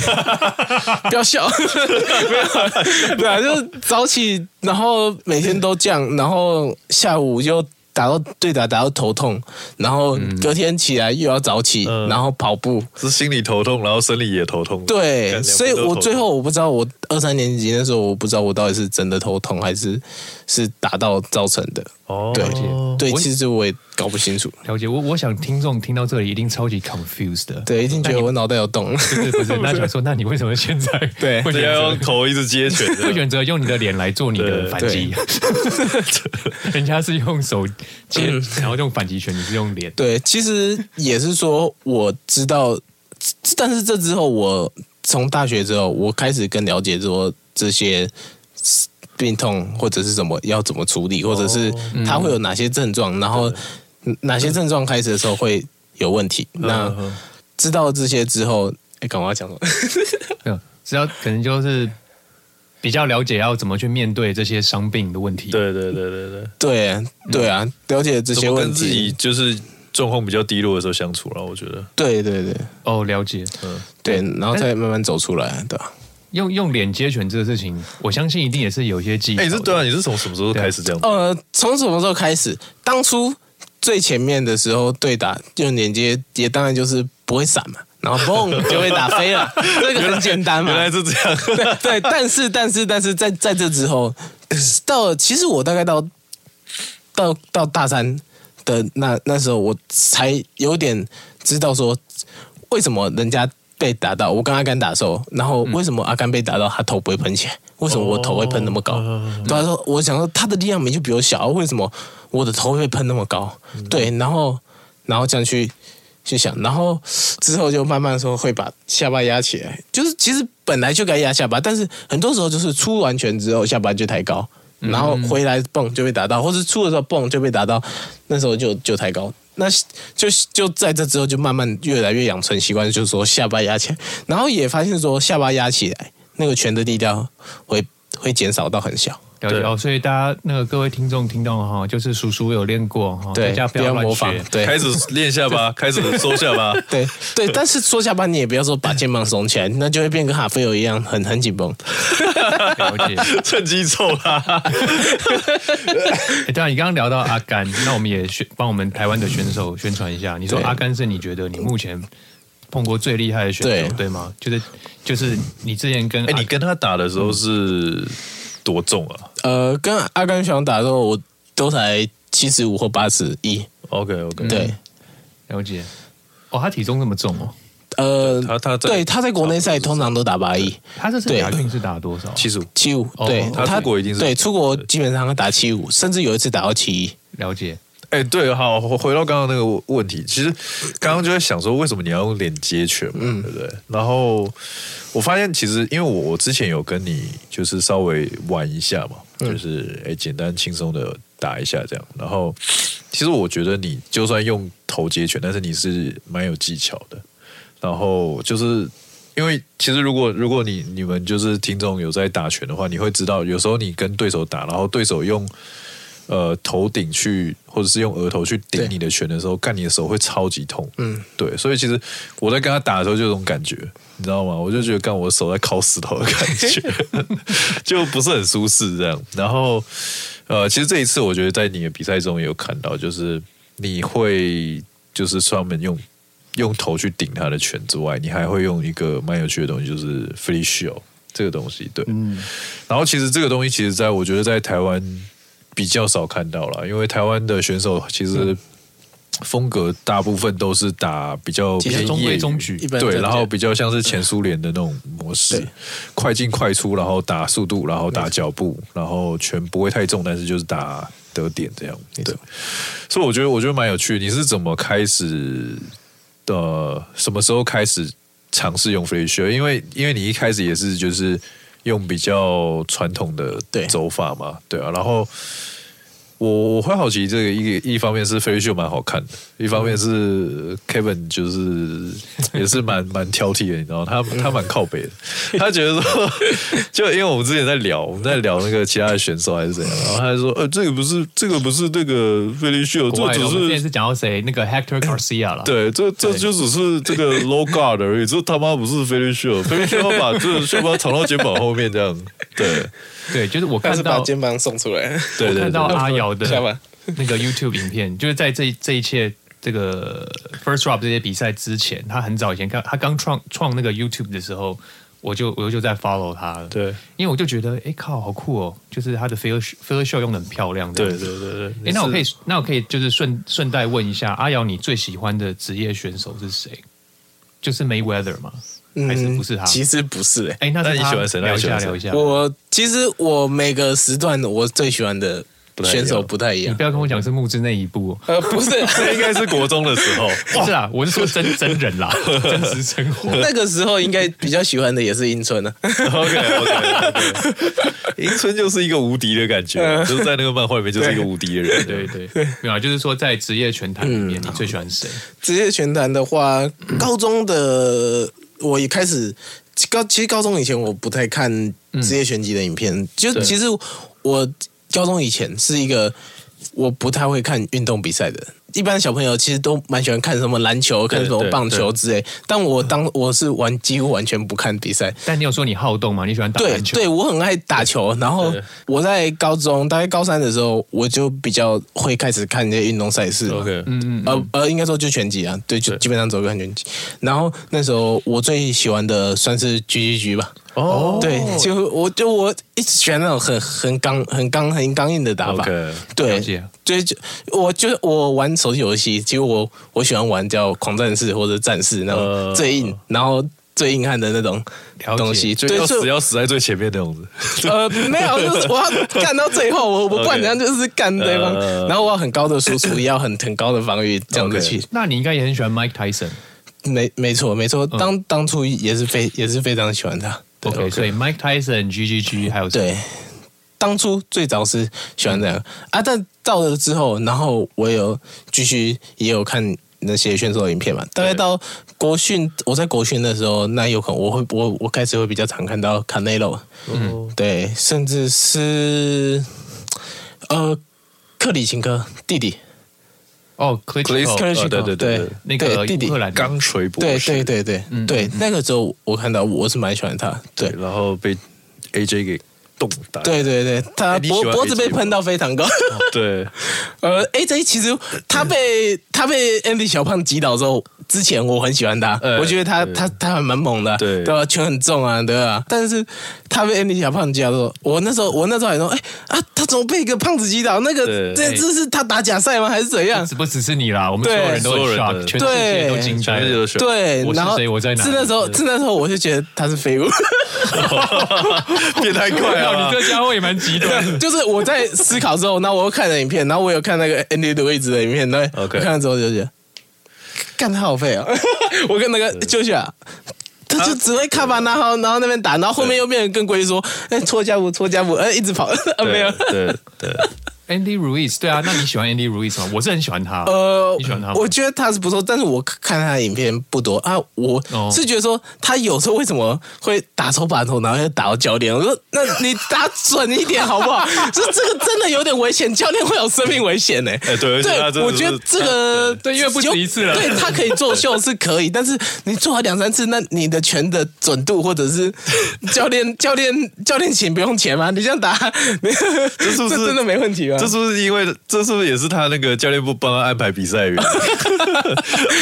不要笑， [LAUGHS] 对啊，就是早起，然后每天都这样，然后下午又打到对打打到头痛，然后
嗯
隔天起来又要早起，然后跑步，
是心里头痛，然后生理也头痛，
对，
干两个
所以
都头
我
痛
最后我不知道，我二三年级那时候我不知道我到底是真的头痛还是是打到造成的。
哦，
对、对，
我
其实我也搞不清楚。
了解。我我想听众听到这里一定超级 confused 的。
对，一定觉得我脑袋有洞。
不是不是，那想说，那你为什么现在
对
会选
这要用
择
头一直接拳啊
[LAUGHS] 会
的，
选择用你的脸来做你的反击？ [LAUGHS] 人家是用手接，然后用反击拳，你是用脸。
[LAUGHS] 嗯对，其实也是说我知道，但是这之后我从大学之后，我开始更了解说这些病痛或者是什么要怎么处
哦
理，或者是
嗯
它会有哪些症状，然后哪些症状开始的时候会有问题。
嗯
那知道这些之后，哎，赶快讲什么？
没有，只要嗯啊可能就是比较了解要怎么去面对这些伤病的问题。，
对对对对对，
[LAUGHS] 对对啊，了解这些
怎么
问
跟自己
题，
就是状况比较低落的时候相处了，我觉得
对对对
哦，了解。
嗯对，然后再慢慢走出来，对啊吧？
用用脸接拳这个事情，我相信一定也是有一些技巧
哎、
的。
你是对啊，你是从什么时候开始这样？
呃，从什么时候开始？当初最前面的时候对打用连接，也当然就是不会闪嘛，然后嘣就会打
[LAUGHS]
飞了，这个很简单嘛
原。来是这样，
对 [LAUGHS] 对，但是但是但是在在这之后，到其实我大概到到到大三的那那时候，我才有点知道说为什么人家被打到，我跟阿甘打的时候，然后为什么阿甘被打到他头不会喷血？为什么我头会喷那么高？对他说，我想说他的力量明明就比我小，为什么我的头会被喷那么高？对，然后然后这样去去想，然后之后就慢慢说会把下巴压起来，就是其实本来就该压下巴，但是很多时候就是出完拳之后下巴就抬高，然后回来蹦就被打到，或是出的时候蹦就被打到，那时候就就抬高。那就就在这之后，就慢慢越来越养成习惯，就是说下巴压起来，然后也发现说下巴压起来，那个拳的力量会会减少到很小。
了解
对
哦，所以大家那个各位听众听到了哈，就是叔叔有练过哈，大
对
家，
不
要
要
乱
模仿
学。。
[LAUGHS]
对，
开始练下巴，开始收下巴，
对对，但是缩下巴你也不要说把肩膀耸起来，那就会变跟哈菲尔一样很很紧绷。
了解。
[LAUGHS] 趁机揍
[LAUGHS]
他。
诶对啊，你刚刚聊到阿甘，那我们也宣帮我们台湾的选手宣传一下。你说
对
阿甘是你觉得你目前碰过最厉害的选手，
对
对吗？就是就是你之前跟
哎、
阿
你跟他打的时候是多重啊
呃，跟阿甘想打的时候，我都才七十五或八十一。
？OK OK，
对，
了解哦，他体重那么重哦，
呃，
他他在
对他在国内赛通常都打八一
他这次
对
亚运是打多少啊？
七十五，
七五，
哦
对
他出国一定是
对出国基本上他打七五，甚至有一次打到七一。
了解，
哎、对，好，回回到刚刚那个问题，其实刚刚就在想说，为什么你要用脸接拳嘛，对不对？然后我发现，其实因为我我之前有跟你就是稍微玩一下嘛，就是哎、简单轻松的打一下这样。然后其实我觉得你就算用头接拳，但是你是蛮有技巧的。然后就是因为其实如果如果你你们就是听众有在打拳的话，你会知道有时候你跟对手打，然后对手用呃头顶去或者是用额头去
对
顶你的拳的时候，干你的手会超级痛。
嗯，
对，所以其实我在跟他打的时候就有这种感觉，你知道吗？我就觉得干我手在烤石头的感觉， [LAUGHS] 就不是很舒适这样。然后呃，其实这一次我觉得在你的比赛中也有看到，就是你会就是专门用用头去顶他的拳之外，你还会用一个蛮有趣的东西，就是 free s h i e l 这个东西，对，
嗯
然后其实这个东西，其实在我觉得在台湾比较少看到了，因为台湾的选手其实
嗯
风格大部分都是打比较
其实
偏
中
业
规
余
中矩
一般
对，
正
然后
解
比较像是前苏联的那种模式
对，
快进快出，然后打速度，然后打脚步，然后拳不会太重，但是就是打得点这样。对，所以我觉得我觉得蛮有趣的。你是怎么开始的、呃什么时候开始尝试用 free s h 因为因为你一开始也是就是用比较传统的
对
走法嘛，对啊，然后。我我会好奇这个一个一方面是飞秀蛮好看的，一方面是 Kevin 就是也是蛮 [LAUGHS] 蛮挑剔的，你知道他他蛮靠
[LAUGHS]
北的，他觉得说 [LAUGHS] 就因为我们之前在聊我们在聊那个其他的选手还是怎样，然后他就说呃这个不是这个不是那个飞利秀，
国
这
外的
只
我们之前
是
是讲到谁？那个 Hector Garcia 了。
对这这就只是这个 low guard 而已，这他妈不是飞利秀，飞利秀要把这个秀包藏到肩膀后面这样，对
对，就是我
但
看
是把
到
肩膀送出来，
对对
看到
对，
阿瑶
下
的
巴
那个 YouTube
[LAUGHS]
影片，就是在这这一切这个 First Drop 这些比赛之前，他很早以前看他刚创创那个 YouTube 的时候，我就我就在 follow 他了。
对
因为我就觉得，哎靠，好酷哦！就是他的 filler filler show 用的很漂亮。
对对。对对，
哎，那我可以
你是，
那我可以就是顺顺带问一下，阿瑶，你最喜欢的职业选手是谁？就是 Mayweather 吗？还是不是他？
其实不是哎、
哎，那是
嗯那你
他
喜欢谁那
聊
你
一
喜欢
下，
谁
聊一下。
我其实我每个时段我最喜欢的
太一
选
样
手不太一
你
样
不，要跟我讲是木之那一部、哦。
呃，不
[LAUGHS]
是
这应该是国中的时候，
[LAUGHS] 是啊，我是说真真人啦，真实生活。
那个时候应该比较喜欢的也是英春啊，
OK OK，迎春就是一个无敌的感觉，就是在那个漫画里面就是一个无敌的人。
对对，没有啊，就是说在职业拳坛里面，你最喜欢谁？
职业拳坛的话，高中的我一开始高，其实高中以前我不太看职业拳击的影片，就其实我高中以前是一个我不太会看运动比赛的人。一般小朋友其实都蛮喜欢看什么篮球、看什么
对
棒球之类，但我当我是完几乎完全不看比赛，
但你有说你好动吗？你喜欢打
对
篮球？
对，我很爱打球。然后我在高中，大概高三的时候，我就比较会开始看一些运动赛事嘛。
OK，
嗯嗯
呃呃，应该说就拳击啊，对，就基本上走个拳击。然后那时候我最喜欢的算是 G G G 吧，
哦
对，就我就我一直喜欢那种很很刚、很刚、很刚硬的打法。
OK，
了
对
解，
对，就我就我玩手机游戏，其实我我喜欢玩叫狂战士或者战士那种
呃
最硬，然后最硬汉的那种
了解
东西。
就
对，
要
所以
死要死在最前面那种
[LAUGHS]
子。
呃，没有，就是我要干到最后，我我不
[LAUGHS] OK
管怎样就是干对方
呃，
然后我要很高的
[LAUGHS]
输出，也要很很高的防御，这样子
OK
去。
嗯那你应该也很喜欢 Mike Tyson。
没没错没错，
嗯
当当初也是非也是非常喜欢他。对
OK，所以 Mike Tyson、G G G 还有谁
对，当初最早是喜欢这样啊，但到了之后，然后我有继续也有看那些选手的影片嘛，大概到国训，我在国训的时候，那有可能我会我我开始会比较常看到 Canelo，
嗯
对，甚至是呃克里琴科弟弟，
哦 c l i t
Klitschko
c
呃
o
对对对对，
那
对
个
弟
乌
弟
克兰
钢锤博
对
士，
对对对、对，那个时候我看到我是蛮喜欢他，对。
然后被 AJ 给冻打。
对对对，他
哎你喜
脖
欢哦
脖子
AJ
被喷到非常高。
对，
[LAUGHS] 呃，AJ 其实他被他被 Andy 小胖击倒之后，之前我很喜欢他，
呃
我觉得他
对
他他还蛮猛的啊，
对
对吧？拳很重啊，对吧？但是他被 Andy 小胖击倒之后，我那时候我那时候还说，哎啊，他怎么被一个胖子击倒？那个
对
这
哎
这是他打假赛吗？还是怎样？
只不只是你啦，我们所有
对
人都很
所有人
shock，
的
全世界都
对
惊呆
全世界
了
都。选。
对
我，是
然后
谁我在哪
是那时候是那时候我就觉得他是废物， [LAUGHS]
哦变太快啊
哇
了
啊你。这家伙也蛮极端
[LAUGHS]
的。
就是我在思考之后，然后我又看了影片，然后我有看那个 Andy Louis 的影片，对
OK
我看了之后就觉得，干他好废
[LAUGHS]
哦！我跟那个就是啊。他就只会卡
啊
巴然后然后那边打，然后后面又变得更龟缩，哎，搓家舞，搓家舞，哎，一直跑，啊，没有， [LAUGHS]
对对
Andy Ruiz，对啊，那你喜欢 Andy Ruiz 吗？我是很喜欢他。
呃
你喜欢他吗，
我觉得他是不错，但是我看他的影片不多啊。我
哦
是觉得说他有时候为什么会打手把头，然后又打到教练？我说那你打准一点好不 [LAUGHS] 好？这这个真的有点危险，教练会有生命危险呢、
哎对而且他真的
我觉得
是
这个
对因为不止
有
一次了
对他可以作秀是可以，但是你做好两三次，那你的拳的准度或者是 [LAUGHS] 教练教练教练请不用钱吗？你这样打，这 [LAUGHS]
是不是
真的没问题吗？
这是不是因为这是不是也是他那个教练部帮他安排比赛员？ [LAUGHS]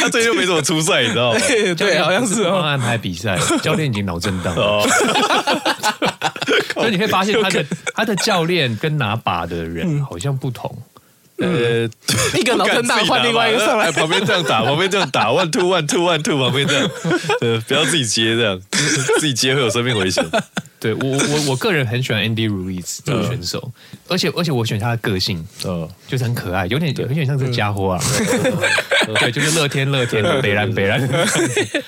他最近没怎么出赛，你知道吗？
对对，好像是
帮
哦。
他安排比
[LAUGHS]
赛，教练已经脑震荡了。所以你会发现他的他的教练跟拿把的
嗯
人好像不同。
呃，
一个脑震荡换另外一个上来
哎旁边这样打，旁边这样打，one two one two one two，旁边这样，呃，不要自己接这样，自己接会有生命危险。
对我我我个人很喜欢 Andy Ruiz 这个
嗯
选手，而且而且我喜欢他的个性，
嗯，
就是很可爱，有点有点像这家伙啊。
嗯
[LAUGHS] 对，就是乐天乐天的北兰
[LAUGHS]
北兰。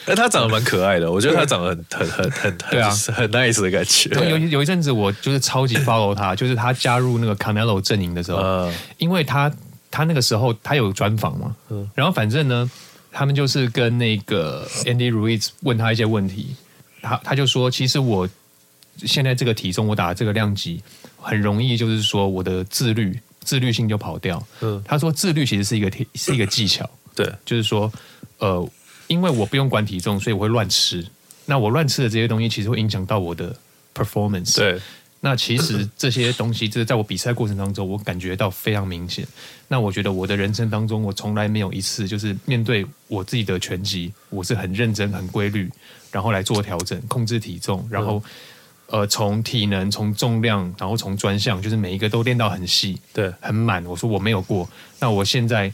但他长得蛮可爱的，我觉得他长得很很很很
对啊
很很 nice 的感觉。
有一有一阵子我就是
[COUGHS]
超级 follow 他，就是他加入那个 Canelo 阵营的时候，
嗯
因为他他那个时候他有专访嘛，
嗯
然后反正呢，他们就是跟那个 Andy Ruiz 问他一些问题，他他就说，其实我现在这个体重，我打的这个量级，很容易就是说我的自律自律性就跑掉。
嗯
他说自律其实是一个体是一个技巧，
对，
就是说，呃，因为我不用管体重，所以我会乱吃。那我乱吃的这些东西，其实会影响到我的 performance。，
对，
那其实这些东西，这是在我比赛过程当中，我感觉到非常明显。那我觉得我的人生当中，我从来没有一次就是面对我自己的拳击，我是很认真、很规律，然后来做调整、控制体重，然后、呃，从体能、从重量，然后从专项，就是每一个都练到很细，
对
很满。我说我没有过，那我现在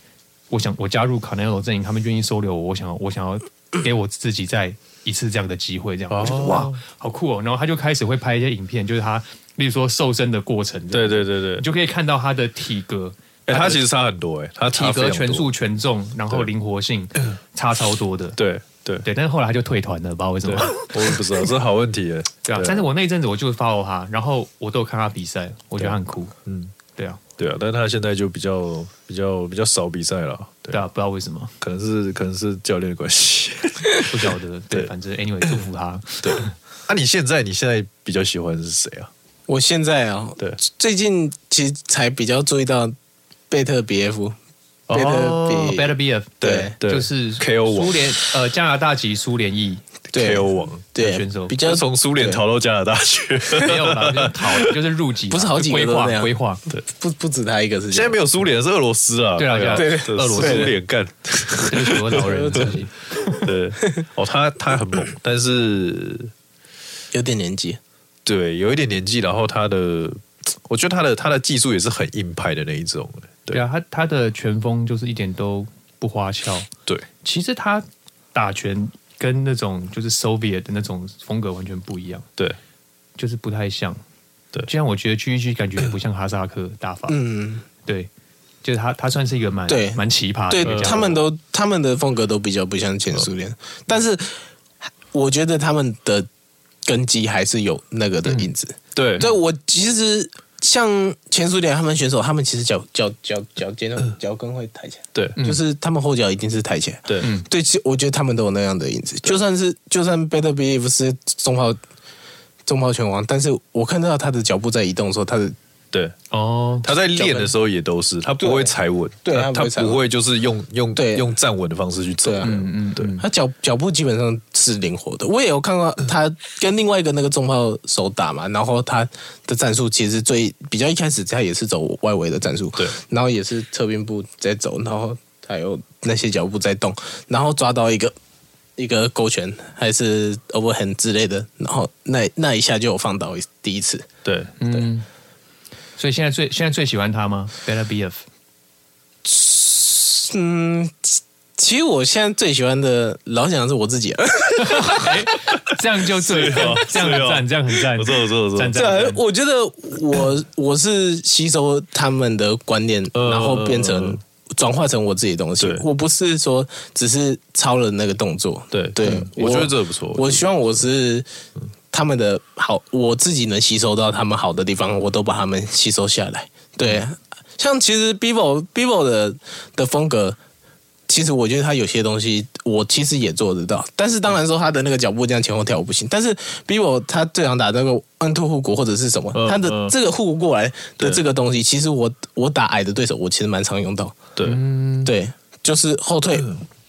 我想我加入 Canelo 阵营，他们愿意收留我，我想要我想要给我自己再一次这样的机会，这样、我就觉得哇，好酷哦！然后他就开始会拍一些影片，就是他，例如说瘦身的过程，
对，对对对
你。就可以看到他的体格，
哎，他
的
其实差很多哎，他
体
体
格、拳速、权重，然后灵活性差超多的，
对对
对。但是后来他就退团了，不知道为什
对
么。，
我也不知道，这好问题哎。
对啊，但是我那一阵子我就 follow 他，然后我都有看他比赛，我觉得他很酷。
嗯，
对啊，
对啊，但他现在就比较比较比较少比赛了，对
对啊，不知道为什么，
可能是可能是教练的关系。
不晓得。对，
对
反正 anyway 祝福
[LAUGHS]
他。
那、啊你现在你现在比较喜欢的是谁啊？
我现在啊，
对，
最近其实才比较注意到贝特比耶夫，贝特
哦
比
Oh, Better BF，
对
对
就是苏
KO
联呃加拿大籍苏联裔
对
KO 王，
对
选手
比较
他从苏联逃到加拿大去。
没有啦，就是逃了，就是入籍啦，
不是好几个
规
都那
划
样
规划，
不不止他一个事
[LAUGHS]
情，
现在没有苏联，是俄罗斯啊。
对啊
啊，
对
对
这
俄罗斯
苏联干。
这就是很多老人的东西。
[LAUGHS] 对，哦，他他很猛，但是
有点年纪，
对有一点年纪，然后他的，我觉得他的他的技术也是很硬派的那一种。
对
对
啊，他他的拳风就是一点都不花俏。
对，
其实他打拳跟那种就是 Soviet 的那种风格完全不一样，
对，
就是不太像。
对
就像我觉得 G G 感觉也不像哈萨克打法。
嗯，
对，就是他他算是一个蛮
对
蛮奇
啊
葩的
对
一个家伙。
他们都他们的风格都比较不像前苏联，
嗯
但是我觉得他们的根基还是有那个的
嗯
影子。
对，
对我其实像前苏联他们选手，他们其实脚脚脚脚尖
嗯
脚跟会抬起来，
对，
就是他们后脚一定是抬起来。
对，
嗯
对，其实我觉得他们都有那样的影子。就算是就算 Better Believe 是中炮中炮拳王，但是我看到他的脚步在移动的时候，他的
对。
哦，
他在练的时候也都是，他不会踩稳，
对
他
他不会踩
他
稳
不会就是用用
对
用站稳的方式去走
对，啊
嗯嗯对，
他脚脚步基本上是灵活的。我也有看到他跟另外一个那个重炮手打嘛，然后他的战术其实最比较一开始他也是走外围的战术，
对，
然后也是侧边步在走，然后还有那些脚步在动，然后抓到一个一个勾拳还是 overhand 之类的，然后那那一下就有放倒一第一次。
对，
嗯。所以现在最现在最喜欢他吗？Better BF
嗯，其其实我现在最喜欢的老讲的是我自己啊，
这样就对
[LAUGHS] 是
了
哦，
这样很
是哦
赞，这样很赞
不，错不错不错
赞，
对啊
赞。，
[LAUGHS] 我觉得我我是吸收他们的观念，
呃
然后变成转化成我自己的东西
对。
我不是说只是抄了那个动作，
对
对
嗯，我觉得这不错
我希望我是他们的好，我自己能吸收到他们好的地方，我都把他们吸收下来。对，
嗯
像其实 Bivo Bivo 的的风格。其实我觉得他有些东西，我其实也做得到，但是当然说他的那个脚步这样前后跳我不行。但是 Bivo 他最常打那个按兔护骨或者是什么，
嗯
他的
嗯
这个护骨过来的这个东西，其实我我打矮的对手，我其实蛮常用到。
对
对，就是后退，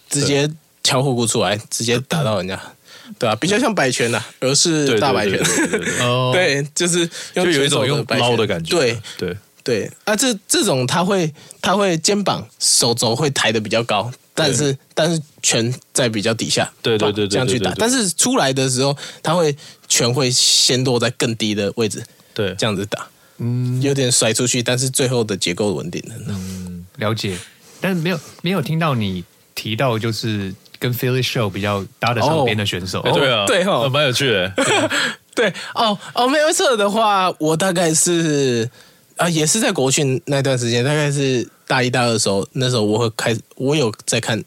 直接敲后骨出来，直接打到人家， [COUGHS] 对吧、啊比较像摆拳呐、而是
对
大摆拳
[LAUGHS] 对。对对对对
哦，
[LAUGHS] 对，就是
呃
用
就有一种
拳手
用
摆拳
捞的感觉，
对
对
对，啊，这这种他会他会肩膀手肘会抬得比较高，但是但是拳在比较底下，
对对
吧
对对
这样去
对
打
对。对
但是出来的时候，他会拳会先落在更低的位置，
对，
这样子打，嗯，有点甩出去，但是最后的结构稳定的。
嗯
了解，但是没有没有听到你提到就是跟 Philly Show 比较搭得上边的选手。
哎对啊，
对哦
呃蛮有趣 [LAUGHS] 的。
对，哦哦，没有错的话，我大概是啊、也是在国训那段时间，大概是大一大二的时候，那时候我会开始，我有在看，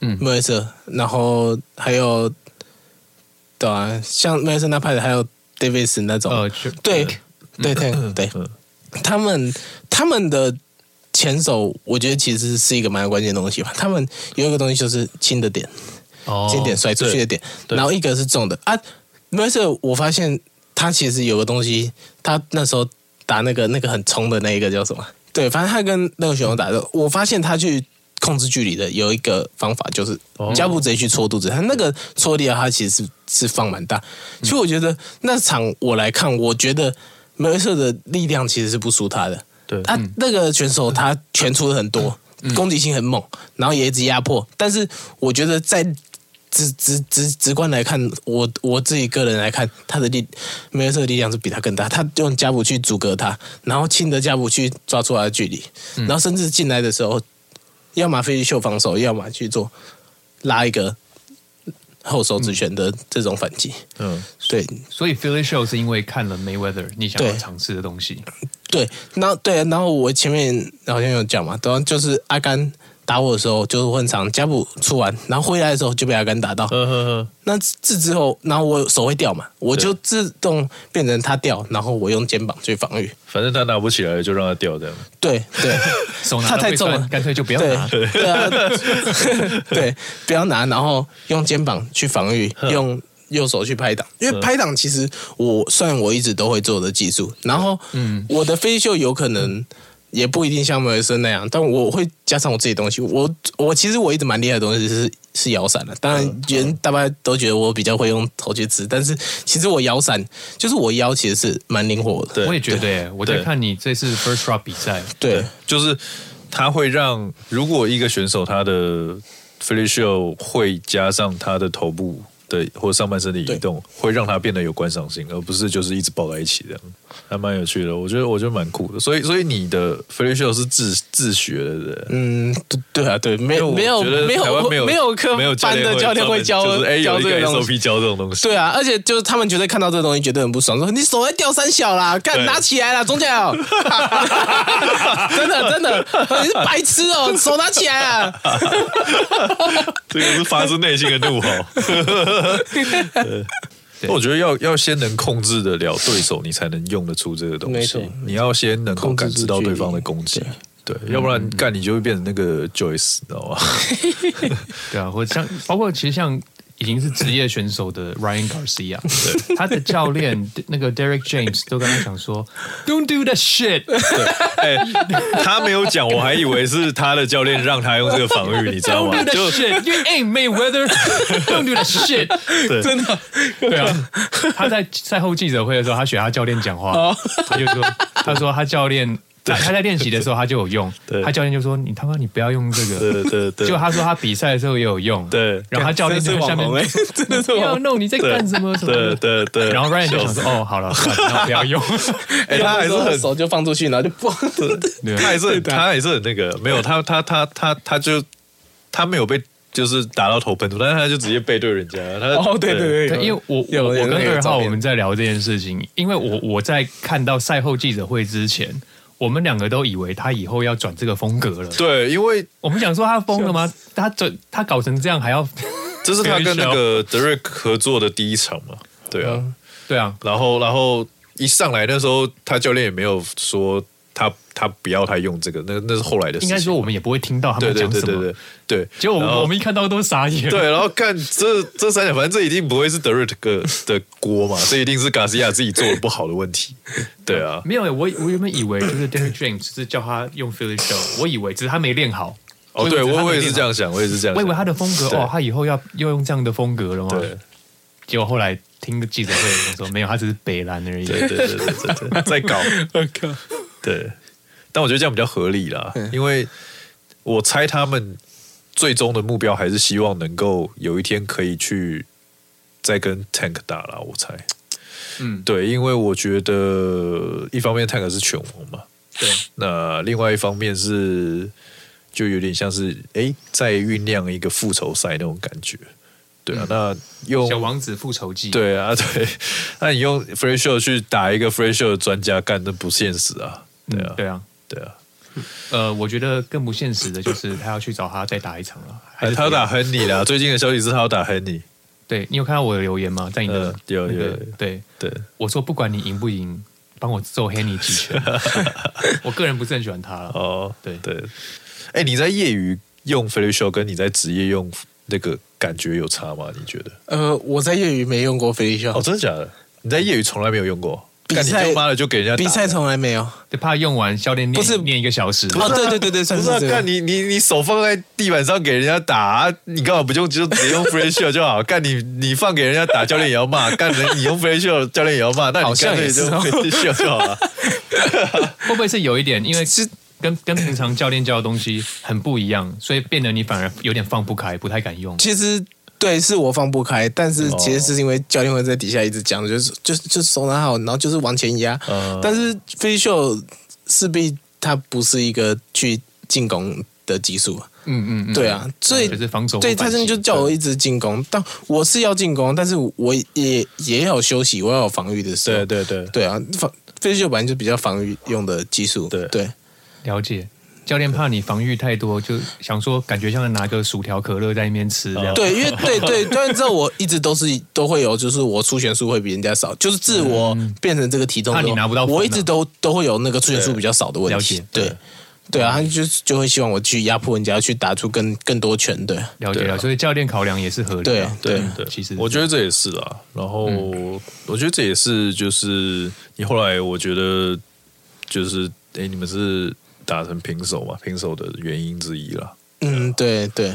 嗯
没有错，然后还有，对啊，像没有错那派的，还有 Davis 那种，
呃，就
对对对对，
嗯
他们他们的前手，我觉得其实是一个蛮关键的东西吧。他们有一个东西就是轻的点，
哦
轻点甩出去的点，然后一个是重的啊。没事，我发现他其实有个东西，他那时候打那个那个很冲的那一个叫什么？对，反正他跟那个选手打的，我发现他去控制距离的有一个方法，就是加布直接去戳肚子，他那个戳力啊，他其实是是放蛮大。其实我觉得那场我来看，我觉得梅威瑟的力量其实是不输他的。
对
他那个选手他拳出的很多，攻击性很猛，然后也一直压迫。但是我觉得在直直直直观来看，我我自己个人来看，他的力梅尔瑟的力量是比他更大，他用加布去阻隔他，然后轻的加布去抓住他的距离，然后甚至进来的时候，要么飞去秀防守，要么去做拉一个后手指拳的这种反击。
嗯，
对
所以 Philly Show 是因为看了 Mayweather 你想要
对
尝试的东西。
对，然后对，然后我前面好像有讲嘛，然后就是阿甘打我的时候，就是混场加布出完，然后回来的时候就被阿甘打到。
呵呵呵，
那自之后，然后我手会掉嘛，我就自动变成他掉，然后我用肩膀去防御。
反正他拿不起来就让他掉这样。
对对，
[LAUGHS] 手拿
他
到
太
会
重
酸
了
干脆就不要
对
拿。
对啊， [LAUGHS] 对，不要拿，然后用肩膀去防御，用右手去拍挡，因为拍挡其实我算我一直都会做的技术，然后嗯，我的飞秀有可能。也不一定像梅尔森那样，但我会加上我自己的东西。我我其实我一直蛮厉害的东西是是摇伞的，当然人大家都觉得我比较会用头去吃，但是其实我摇伞就是我腰其实是蛮灵活的。
对
我也觉得耶，我在
对
看你这次 First Round 比赛，
对
就是他会让，如果一个选手他的 f i l i s h o 会加上他的头部的或上半身的移动，会让他变得有观赏性，而不是就是一直抱在一起这样，还蛮有趣的。我觉得我觉得蛮酷的。所以所以你的 f i l i s h o 是自自学的，对不对？
嗯，对对啊，对，没
因为我
没有
觉得
没
台
有
湾没有
没有科
没有
班的教练会教
专门就是哎
教
有一
这
个
东西。
SOP 教这种东西，
对啊，而且就是他们绝对看到这东西，绝对很不爽，说你手在掉三小啦，干
对
拿起来啦，中奖， [LAUGHS] 真的真的，你是白痴哦、手拿起来 [LAUGHS] 啊！
这个是发自内心的怒吼。 [LAUGHS] 对，我觉得要要先能控制得了对手，你才能用得出这个东
没
西
错没错。
你要先能够
控制
感知
住
到
距
对
离
方的攻击，对，要不
嗯
然干你就会变成那个 Joyce，你知道吗？ [LAUGHS]
对啊，或者像包括其实像已经是职业选手的 Ryan Garcia，他的教练那个 Derek James 都跟他讲说，Don't do that shit，
哎，他没有讲，我还以为是他的教练让他用这个防御，你知道
[LAUGHS] Don't
吗？
do that
就
shit. You
[LAUGHS]
ain't Mayweather. Don't do that shit.
对
对啊， [LAUGHS] 他在赛后记者会的时候，他学他教练讲话，
哦
他就说，他说他教练，他他在练习的时候他就有用，
对
他教练就说你他妈你不要用这个。
对对对，
就他说他比赛的时候也有用，
对
然后他教练就在下面，
欸
[LAUGHS]
真的是
不要
网红。
弄，你在干什么什么
对
的。
对对，
然后 Ryan 就想说，哦，好了，算了那不
[LAUGHS]
要用。
哎，他还是很
手就放出去，然后就 [LAUGHS] 嘣。
对
他也是很他也是很那个，没有他他他他他就他没有被就是打到头喷出，但是他就直接背对人家，他
哦，对对
对，
对，
因为我
有
我
有
我
那
跟
个
二
照
号
片
我们在聊这件事情，因为我我在看到赛后记者会之前，我们两个都以为他以后要转这个风格了。
对，因为
我们想说他疯了吗？他转他搞成这样还要？
这是他跟那个德瑞克合作的第一场嘛， [LAUGHS] 对啊，
对啊，
然后然后一上来那时候他教练也没有说他他不要他用这个，那那是后来的事
应
情，
该说我们也不会听到他
对
们
对
讲
对
什
对
么
对。对，
结果我
然后
们我们一看到都傻 [LAUGHS] 眼。
对，然后看这这三点，反正这一定不会是德瑞克的锅嘛，这一定是嘎西亚自己做的不好的问题，
[LAUGHS]
对啊，
没有欸，我我原本以为就是 Derek James 是叫他用 Philly
[LAUGHS]
Show，我以为只是他没练好。
哦，对
以为只
我
他没
我也是
练好
这样想，我也是这样
我
想，
以为他的风格
对
哦，他以后要要用这样的风格了吗？ [LAUGHS]
对。
结果后来听记者会的时候说，没有，他只是北蓝而已。 [LAUGHS]
对对对对对对，在搞，
我靠，
对，但我觉得这样比较合理啦，
嗯
因为我猜他们最终的目标还是希望能够有一天可以去再跟 Tank 打啦，我猜。
嗯，
对，因为我觉得一方面 Tank 是拳王嘛，
对，
那另外一方面是，就有点像是哎，在酝酿一个复仇赛那种感觉。对啊，那
小
用
王子复仇记，，
对啊，对，那你用 Free Show 去打一个 Free Show 的专家，干那不现实啊。对啊，
对啊，
对啊，
呃，我觉得更不现实的就是他要去找他再打一场了，还
哎
是
他要打
不要
Henny 啦，最近的消息是他要打 Henny。
对你有看到我的留言吗？在你的
呃有
那个
有有
对，
对，
我说不管你赢不赢，帮我揍黑你几拳。我个人不是很喜欢他了，
哦，
对
对，哎，你在业余用 Free Show 跟你在职业用那个感觉有差吗？你觉得？
呃，我在业余没用过飞利秀
哦，，真的假的？你在业余从来没有用过？
比
干你
赛
就妈的就给人家打
比赛
了
从来没有。
就怕用完教练
不
练
是
练一个小时。
哦，对对对对，算
不
是
是啊，
这个
干你你你手放在地板上给人家打啊、你干嘛不用就直接用 free s h o 就好？ [LAUGHS] 干你你放给人家打，教练也要骂；干人你用 free s h o 教练也要骂。那你
好
干
像
脆
也是
就
哦
free s h o 就好了。
会不会是有一点，因为跟跟平常教练教的东西很不一样，所以变得你反而有点放不开，不太敢用。
其实对，是我放不开，但是其实是因为教练会在底下一直讲，就是就是就是手拿好，然后就是往前压。
嗯
但是飞秀势必它不是一个去进攻的技术，
嗯嗯嗯，
对啊，所以
就是防守。
对他真的就叫我一直进攻，但我是要进攻，但是我也也要休息，我要有防御的时候。
对对，
对啊，防飞秀本来就比较防御用的技术。
对
对，
了解。教练怕你防御太多，就想说感觉像是拿个薯条、可乐在那边吃这
哦
样。
对，因为对对， [LAUGHS] 当然知道我一直都是都会有，就是我出拳数会比人家少，就是自我变成这个体重之后，
嗯怕你拿不到分啊
我一直都都会有那个出拳数比较少的问
了
题
解。嗯
对对啊，他就就会希望我去压迫人家，去打出更更多拳。对
了解
对
了，
啊
所以教练考量也是合理
对
的
啊。
对
对
对，
其实
我觉得这也是嗯啦。然后、我觉得这也是就是你后来我觉得就是哎、诶你们是打成平手嘛？平手的原因之一啦，
嗯，对对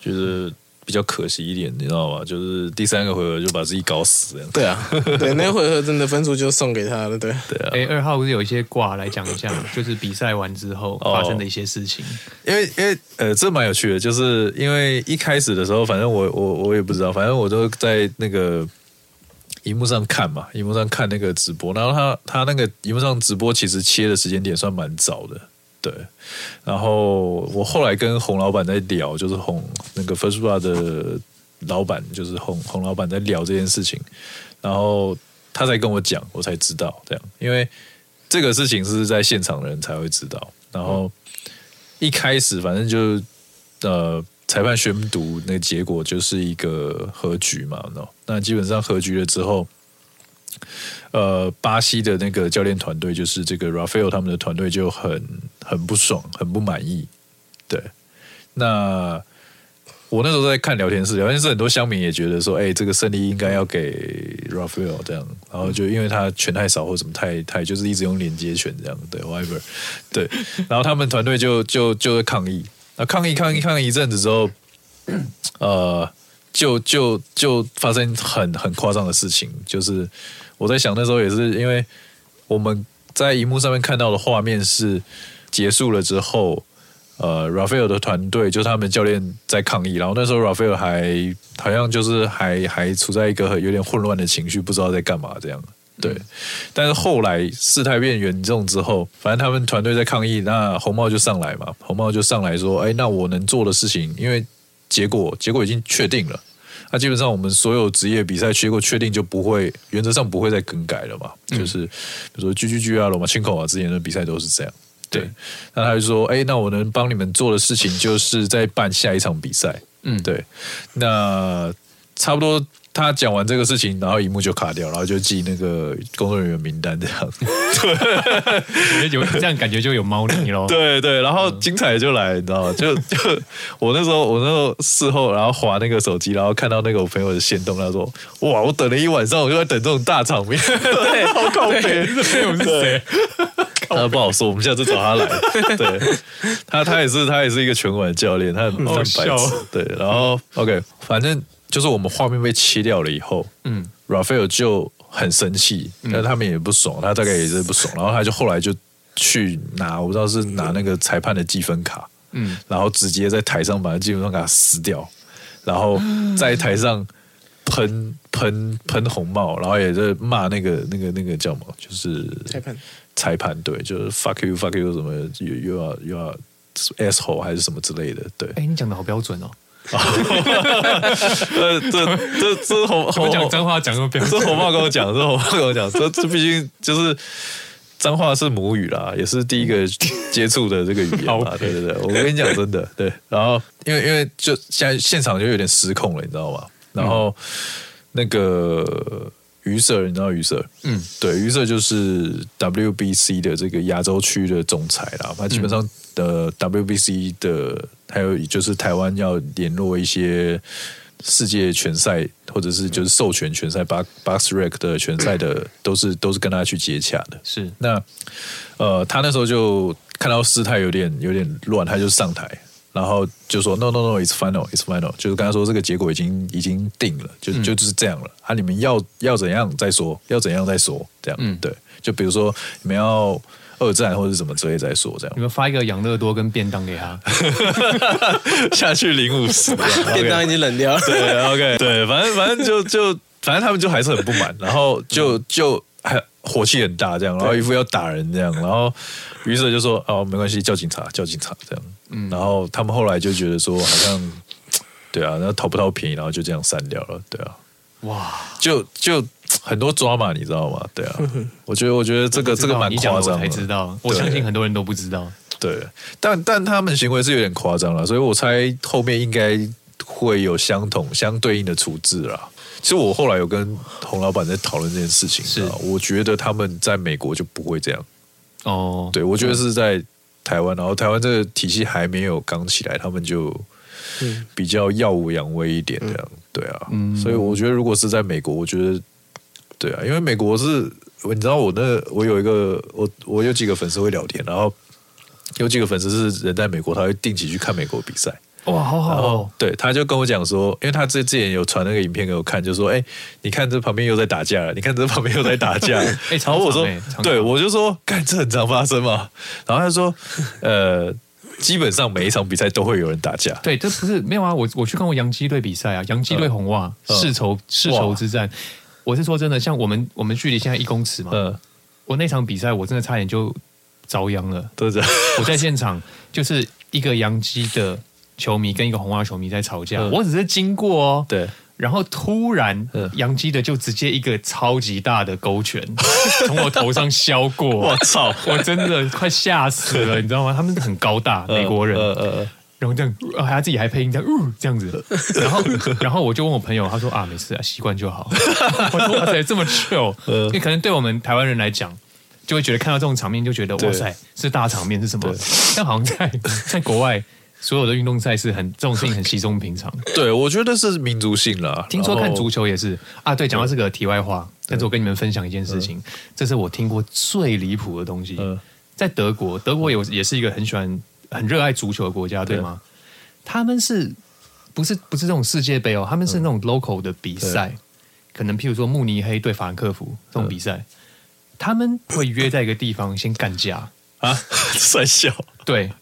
就是比较可惜一点，你知道吗？就是第三个回合就把自己搞死这样。
对
[LAUGHS]
啊，对那回合真的分数就送给他了。对， [LAUGHS]
哎，二号不是有一些卦来讲一下，就是比赛完之后
哦
发生的一些事情。
因为因为呃，这蛮有趣的，就是因为一开始的时候，反正我我我也不知道，反正我都在那个荧幕上看嘛，荧幕上看那个直播，然后他他那个荧幕上直播其实切的时间点算蛮早的，对。然后我后来跟洪老板在聊，就是洪那个 First Bar 的老板，就是洪洪老板在聊这件事情，然后他才跟我讲，我才知道这样，因为这个事情是在现场的人才会知道，然后。一开始反正就呃，裁判宣读那个结果就是一个和局嘛，喏那基本上和局了之后，呃，巴西的那个教练团队就是这个 Rafael 他们的团队就很很不爽，很不满意。对，那我那时候在看聊天室，聊天室很多乡民也觉得说，哎、这个胜利应该要给 Rafael 这样，然后就因为他拳太少或什么太太，就是一直用连接拳这样，对，whatever，对，然后他们团队就就就在抗议，那抗议抗议抗议一阵子之后， [CLEARS THROAT] 呃，就就就发生很很夸张的事情，就是我在想那时候也是因为我们在荧幕上面看到的画面是结束了之后，呃，Rafael 的团队就是他们教练在抗议，然后那时候 Rafael 还好像就是还还处在一个有点混乱的情绪，不知道在干嘛这样。对，但是后来事态变严重之后，反正他们团队在抗议，那红帽就上来嘛，红帽就上来说：“哎，那我能做的事情，因为结果结果已经确定了，那基本上我们所有职业比赛结果确定就不会，原则上不会再更改了嘛。就是比如说 G G G 啊、罗马青口啊之前的比赛都是这样。对，那他就说：“哎，那我能帮你们做的事情，就是在办下一场比赛。”
嗯
对，那差不多他讲完这个事情，然后荧幕就卡掉，然后就记那个工作人员名单这样。
有这样感觉就有猫腻喽。
对对，然后精彩就来，你知道吗？ [LAUGHS] 就就我那时候，我那时候事后，然后划那个手机，然后看到那个我朋友的行动，他说：“哇，我等了一晚上，我就在等这种大场面，对， [LAUGHS] 好靠北。”我们是谁？他 [LAUGHS] 不好说，我们下次找他来。对，他他也是他也是一个拳馆教练，他很他很白
好笑
痴
哦。
对，然后 OK，反正就是我们画面被切掉了以后，嗯，Raphael 就很生气，但他们也不爽，他大概也是不爽，然后他就后来就去拿，我不知道是拿那个裁判的积分卡，
嗯，
然后直接在台上把那积分卡撕掉，然后在台上喷喷喷红帽，然后也在骂那个那个那个叫什么，就是
裁判
裁判对，就是 fuck you fuck you 什么又又要又要 asshole 还是什么之类的，对，
哎，你讲的好标准哦，
呃，这这这红
怎么
红
讲脏话讲那么标
这
准？
红爸跟我讲，这红爸跟我讲，这这毕竟就是脏话是母语啦，也是第一个接触的这个语言嘛。对对对，我跟你讲真的，对。然后因为因为就现在现场就有点失控了，你知道吗？然后、那个于 Sir，你知道于 Sir？嗯，对，于 Sir 就是 WBC 的这个亚洲区的总裁啦。他基本上呃的 WBC 的，还有就是台湾要联络一些世界拳赛，或者是就是授权拳赛 box box rec 的拳赛的，都是都是跟他去接洽的。
是
那呃，他那时候就看到事态有点有点乱，他就上台，然后就说 “No No No，It's final, It's final”，就是跟他说这个结果已经已经定了，就就就是这样了啊！你们要要怎样再说，要怎样再说，这样、对。就比如说你们要二战或者是什么之类再说，这
你
样
们发一个养乐多跟便当给他，
[LAUGHS] 下去零五 [LAUGHS] 十，
便当已经冷掉了。
对，OK，对，反正反正就就反正他们就还是很不满，然后
嗯
就就还火气很大这样，然后一副要打人这样，然后于是就说哦没关系，叫警察，叫警察这样，
嗯
然后他们后来就觉得说好像对啊，那讨不到便宜，然后就这样删掉了，对啊，
哇，
就就很多抓嘛，你知道吗？对
[LAUGHS]
啊，我觉得我觉得这个这个蛮
你讲
夸
了
张
我才
的，
知道，我
对
相信很多人都不知道。
对，但但他们行为是有点夸张了，所以我猜后面应该会有相同相对应的处置啦。其实我后来有跟洪老板在讨论这件事情，
是
啊我觉得他们在美国就不会这样，
哦，
对我觉得是在台湾，然后台湾这个体系还没有刚起来，他们就比较耀武扬威一点这样，对啊，所以我觉得如果是在美国，我觉得对啊，因为美国是，你知道我那我有一个我我有几个粉丝会聊天，然后有几个粉丝是人在美国，他会定期去看美国比赛，
哇，好好
然后
哦，
对他就跟我讲说，因为他之之前有传那个影片给我看，就说，哎，你看这旁边又在打架了，你看这旁边又在打架，
[LAUGHS] 哎
然后我说，
常常哎常常
对我就说，干这很常发生嘛，然后他说，呃，基本上每一场比赛都会有人打架，
对，这不是没有啊，我我去看过洋基队比赛啊，洋基队红袜
嗯
世仇世仇之战。我是说真的，像我们我们距离现在一公尺嘛，
嗯，
我那场比赛我真的差点就遭殃了。
都是这样，
我在现场 [LAUGHS] 就是一个洋基的球迷跟一个红袜球迷在吵架，
嗯
我只是经过哦，
对，
然后突然
嗯
洋基的就直接一个超级大的
[LAUGHS]
勾拳从我头上削过，我
操，
我真的快吓死了，你知道吗？他们很高大，美国人，
呃呃呃，
然后这样，呃他自己还配音这样，呜这样子，然后然后我就问我朋友，他说啊，没事啊，习惯就好。我说哇塞，这么 chill，因为可能对我们台湾人来讲，就会觉得看到这种场面就觉得哇塞，是大场面是什么？但好像在 [LAUGHS] 在国外，所有的运动赛事很这种事情很稀松平常。
对，我觉得是民族性啦，
听说
然
看
后
足球也是啊，对，嗯讲到这个题外话，但是我跟你们分享一件事情，这是我听过最离谱的东西
嗯。
在德国，德国有也是一个很喜欢、很热爱足球的国家，对吗？他们是不是不是这种世界杯哦？他们是那种 local 的比赛，可能譬如说慕尼黑对法兰克福这种比赛，他们会约在一个地方先干架，
啊， [LAUGHS] 帅笑，
对，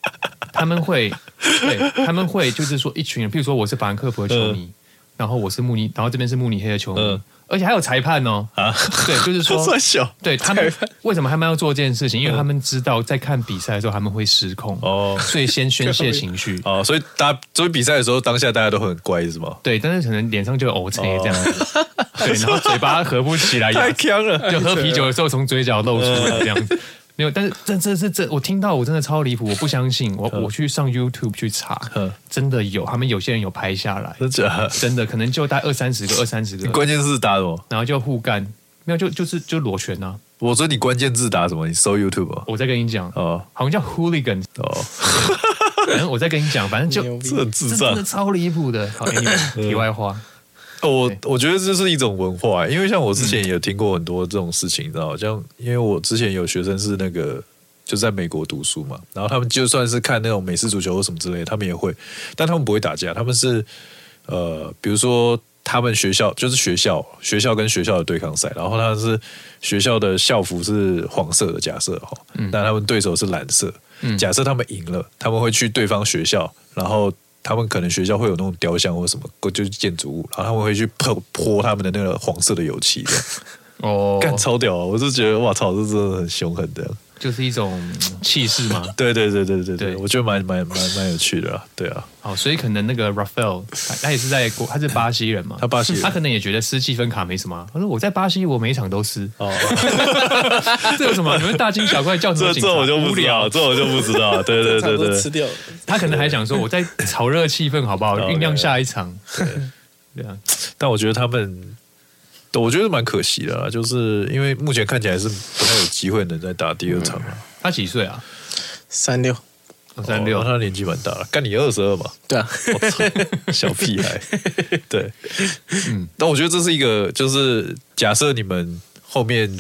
他们会，对，他们会就是说一群人，譬如说我是法兰克福的球迷，然后我是慕尼，然后这边是慕尼黑的球迷，
嗯，
而且还有裁判哦，对，就是
[LAUGHS]
说
帅笑，
对他们为什么他们要做这件事情？因为他们知道在看比赛的时候他们会失控，
嗯哦
所以先宣泄
[LAUGHS]
情绪。
哦，所以大家所以比赛的时候，当下大家都很乖，是吗？
对，但是可能脸上就有 O C 这样子，对，然后嘴巴合不起来，
哦 [LAUGHS] 太强了，
哎就喝啤酒的时候从嘴角露出来这样子。 [LAUGHS] 没有，但是这这这这，我听到我真的超离谱，我不相信，我我去上 YouTube 去查
嗯，
真的有，他们有些人有拍下来，
真假的？
真的可能就带二三十个，二三十个，
[LAUGHS] 关键字打什么？
然后就互干，没有就就是就裸拳啊！
我说你关键字打什么？你搜 YouTube 哦
我再跟你讲，
哦
好像叫 Hooligan，
哦，
反正我再跟你讲，反正
牛
就
逼
这很智
这真
障
的。超离谱的。好，给你
[LAUGHS]
们
嗯
题外话，
哦我我觉得这是一种文化，欸因为像我之
嗯
前也听过很多这种事情，你知道吗，像因为我之前有学生是那个就在美国读书嘛，然后他们就算是看那种美式足球或什么之类的，他们也会，但他们不会打架，他们是呃，比如说。他们学校就是学校学校跟学校的对抗赛，然后他是学校的校服是黄色的，假设哈，
嗯
那他们对手是蓝色，假设他们赢了，他们会去对方学校，然后他们可能学校会有那种雕像或什么，就是建筑物，然后他们会去 [LAUGHS] 泼泼他们的那个黄色的油漆这样，
哦，
干超屌啊！我是觉得哇操，这真的很凶狠的。
就是一种嗯气势嘛。
对对对对对对，
对
我觉得蛮蛮蛮蛮有趣的啊，对啊，
好，哦所以可能那个 Raphael 他他也是在国，他是巴西人嘛，
他巴西人
他可能也觉得撕积分卡没什么啊。他说我在巴西，我每一场都撕，
[LAUGHS] 哦，
这有什么？你们大惊小怪叫什么
这
警察？
这我就
无
不知
聊
道，。这我就不知道，对对
差不
对
多
对
吃
对，
掉了。
他可能还想说我在炒热气氛，好不好？
对
酝酿下一场。对啊，
但我觉得他们，我觉得蛮可惜的啦，啊就是因为目前看起来是不太有机会能再打第二场了。
他几岁啊？
三六，
三六
哦那他年纪蛮大了，干你二十二嘛，
对啊，
我操， [LAUGHS] 小屁孩，对，嗯，但我觉得这是一个，就是假设你们后面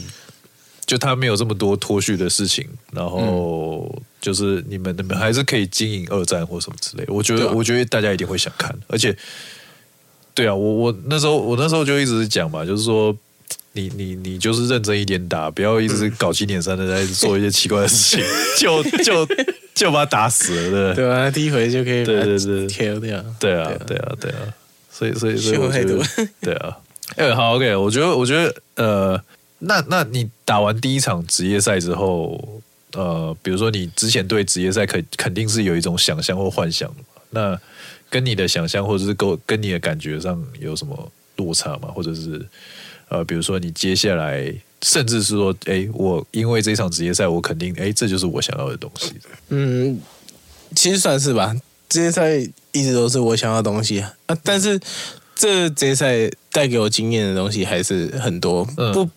就他没有这么多脱序的事情，然后就是你们你们还是可以经营二战或什么之类的，我觉得、
对啊
我觉得大家一定会想看，而且，对啊，我我那时候我那时候就一直讲嘛，就是说。你你你就是认真一点打，不要一直搞七点三的在做一些奇怪的 [LAUGHS] 事情，就就就把他打死了，对不对？
对啊，第一回就可以把
对
它
对对
kill 掉。
对啊，对啊，对啊，所以所以所以
学会
我觉得
太多，
[LAUGHS] 对啊，哎、好，OK，我觉得我觉得呃，那那你打完第一场职业赛之后，呃，比如说你之前对职业赛肯肯定是有一种想象或幻想的嘛，那跟你的想象或者是跟跟你的感觉上有什么落差吗？或者是呃，比如说你接下来。甚至是说，哎、我因为这场职业赛，我肯定，哎、这就是我想要的东西。
嗯，其实算是吧，职业赛一直都是我想要的东西啊，啊但是这职业赛带给我经验的东西还是很多。
嗯
不，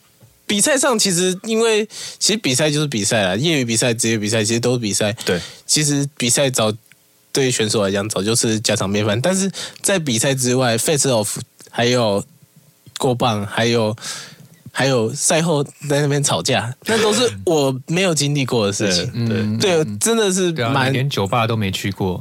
比赛上其实因为其实比赛就是比赛啦，业余比赛、职业比赛其实都是比赛。
对，
其实比赛早对于选手来讲早就是家常便饭，但是在比赛之外，face off 还有过磅，还有还有赛后在那边吵架，那都是我没有经历过的事情。
对
嗯对，真的是
对啊，
蛮
你连酒吧都没去过，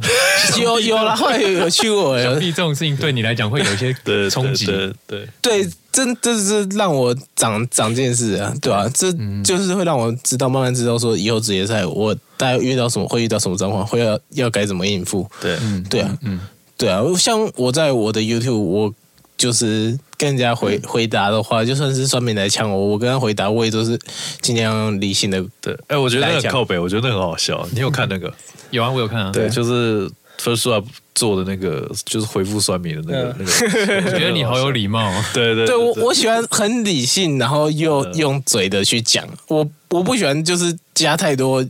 有有啦，后来有有去过，有
想必这种事情对你来讲会有一些
对
冲击。
对对，
对，真这是让我长长见识啊，对吧、这
嗯
就是会让我知道，慢慢知道说以后职业赛我大概遇到什么，会遇到什么状况，会要要该怎么应付。
对
嗯，
对啊，
嗯，
对啊，像我在我的 YouTube，我就是跟人家回、回答的话，就算是酸民来呛我，我跟他回答，我也都是尽量理性的。
对，哎、我觉得那个
来
很
讲
靠北，我觉得那个很好笑。你有看那个？
有啊，我有看啊。
对，就是 First Up 做的那个，就是回复酸民的那个、那个。
我
我
[LAUGHS] 觉得你好有
理，
礼貌哦。
[LAUGHS] 对对嗯
对我，我喜欢很理性，然后又用嘴的去讲。我我不喜欢就是加太多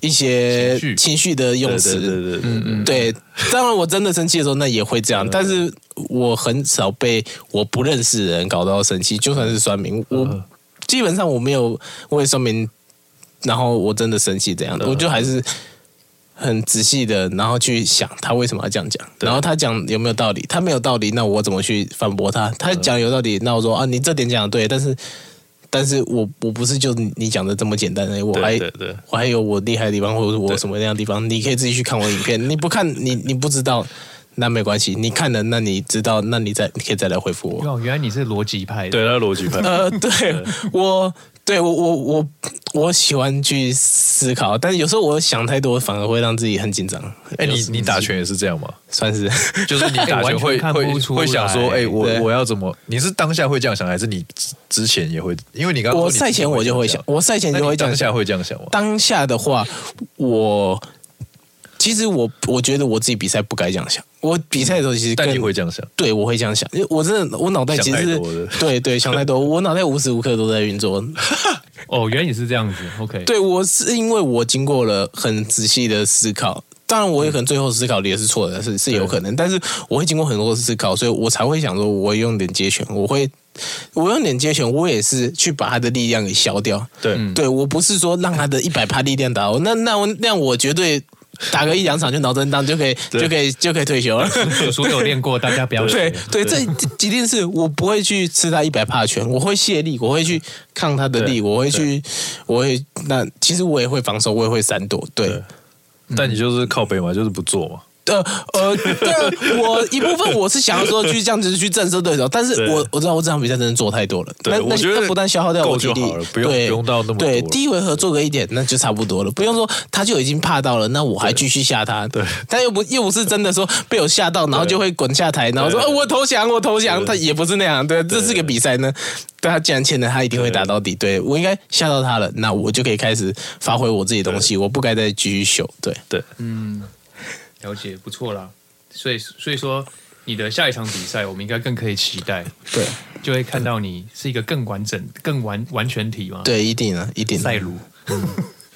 一些
情绪
情绪的用
对
词。
对对对对，
嗯嗯，
对，当然我真的生气的时候，那也会这
嗯
样，但是我很少被我不认识的人搞到生气，就算是酸民，
嗯
我基本上我没有为酸民，然后我真的生气这样
嗯
的，我就还是很仔细的，然后去想他为什么要这样讲，然后他讲有没有道理，他没有道理，那我怎么去反驳他？他
嗯
讲有道理，那我说啊，你这点讲的对，但是。但是我我不是就你你讲的这么简单而已，我还
对对对
我还有我厉害的地方，或者是我有什么样的地方，你可以自己去看我影片。你不看， [LAUGHS] 你你不知道，那没关系。你看了，那你知道，那你再你可以再来回复我。
哦，原来你是逻辑派的。
对，他逻辑派。
呃，对我，对我我我我喜欢去思考，但是有时候我想太多，反而会让自己很紧张。
哎、
有
你
时
你打拳也是这样吗？[LAUGHS]
算是
就是你打
哎完
拳
全
会、
看不
会
出
会想说，哎、
来
我
对
我要怎么？你是当下会这样想，还是你之之前也会？因为你刚刚说
我
你
赛
之
前我就会想，我赛前
那
就
你
会这
当
样想
下。会这样想吗？
当下的话，我其实我我觉得我自己比赛不该这样想。我比赛的时候其实
但
更
你会这样想，
对，我会这样想，因为我真的我脑袋其实
想太多了
是对对
[LAUGHS]
想太多，我脑袋无时无刻都在运作。
哦，原来你是这样子。OK，
对我是因为我经过了很仔细的思考，当然我也可能最后思考的也是错的，是是有可能，但是我会经过很多的思考，所以我才会想说，我用连接拳，我会我用连接拳，我也是去把他的力量给消掉。
对，
对我不是说让他的一百趴力量打我，那那我那我绝对打个一两场就脑震荡就可以就可以就可以退休了。
叔叔有练过，大家不要学
对。对，这一定是我不会去吃他一百帕的拳，我会卸力，我会去抗他的力，我会去，我会那其实我也会防守，我也会闪躲，对
但你就是靠北嘛，就是不做嘛。
呃呃，对啊，我一部分我是想要说去这样子去震慑对手，但是
对
我我知道我这场比赛真的做太多了，
对
那那
我觉得
那不但消耗掉我
够
体
就
力
好了，不用
对
不用到那么多
对，
了
第一回合做个一点那就差不多了，不用说他就已经怕到了，那我还继续吓他，对，但又不又不是真的说被我吓到，然后就会滚下台，然后说
对
哦我投降我投降，他也不是那样，对，这是个比赛呢，对他既然欠了，他一定会打到底，对我应该吓到他了，那我就可以开始发挥我自己的东西，我不该再继续秀，对。
对，
了解，不错啦。所以所以说，你的下一场比赛，我们应该更可以期待， [LAUGHS]
对
就会看到你是一个更完整、更完完全体嘛。，
对，一定啊，一定啊
赛卢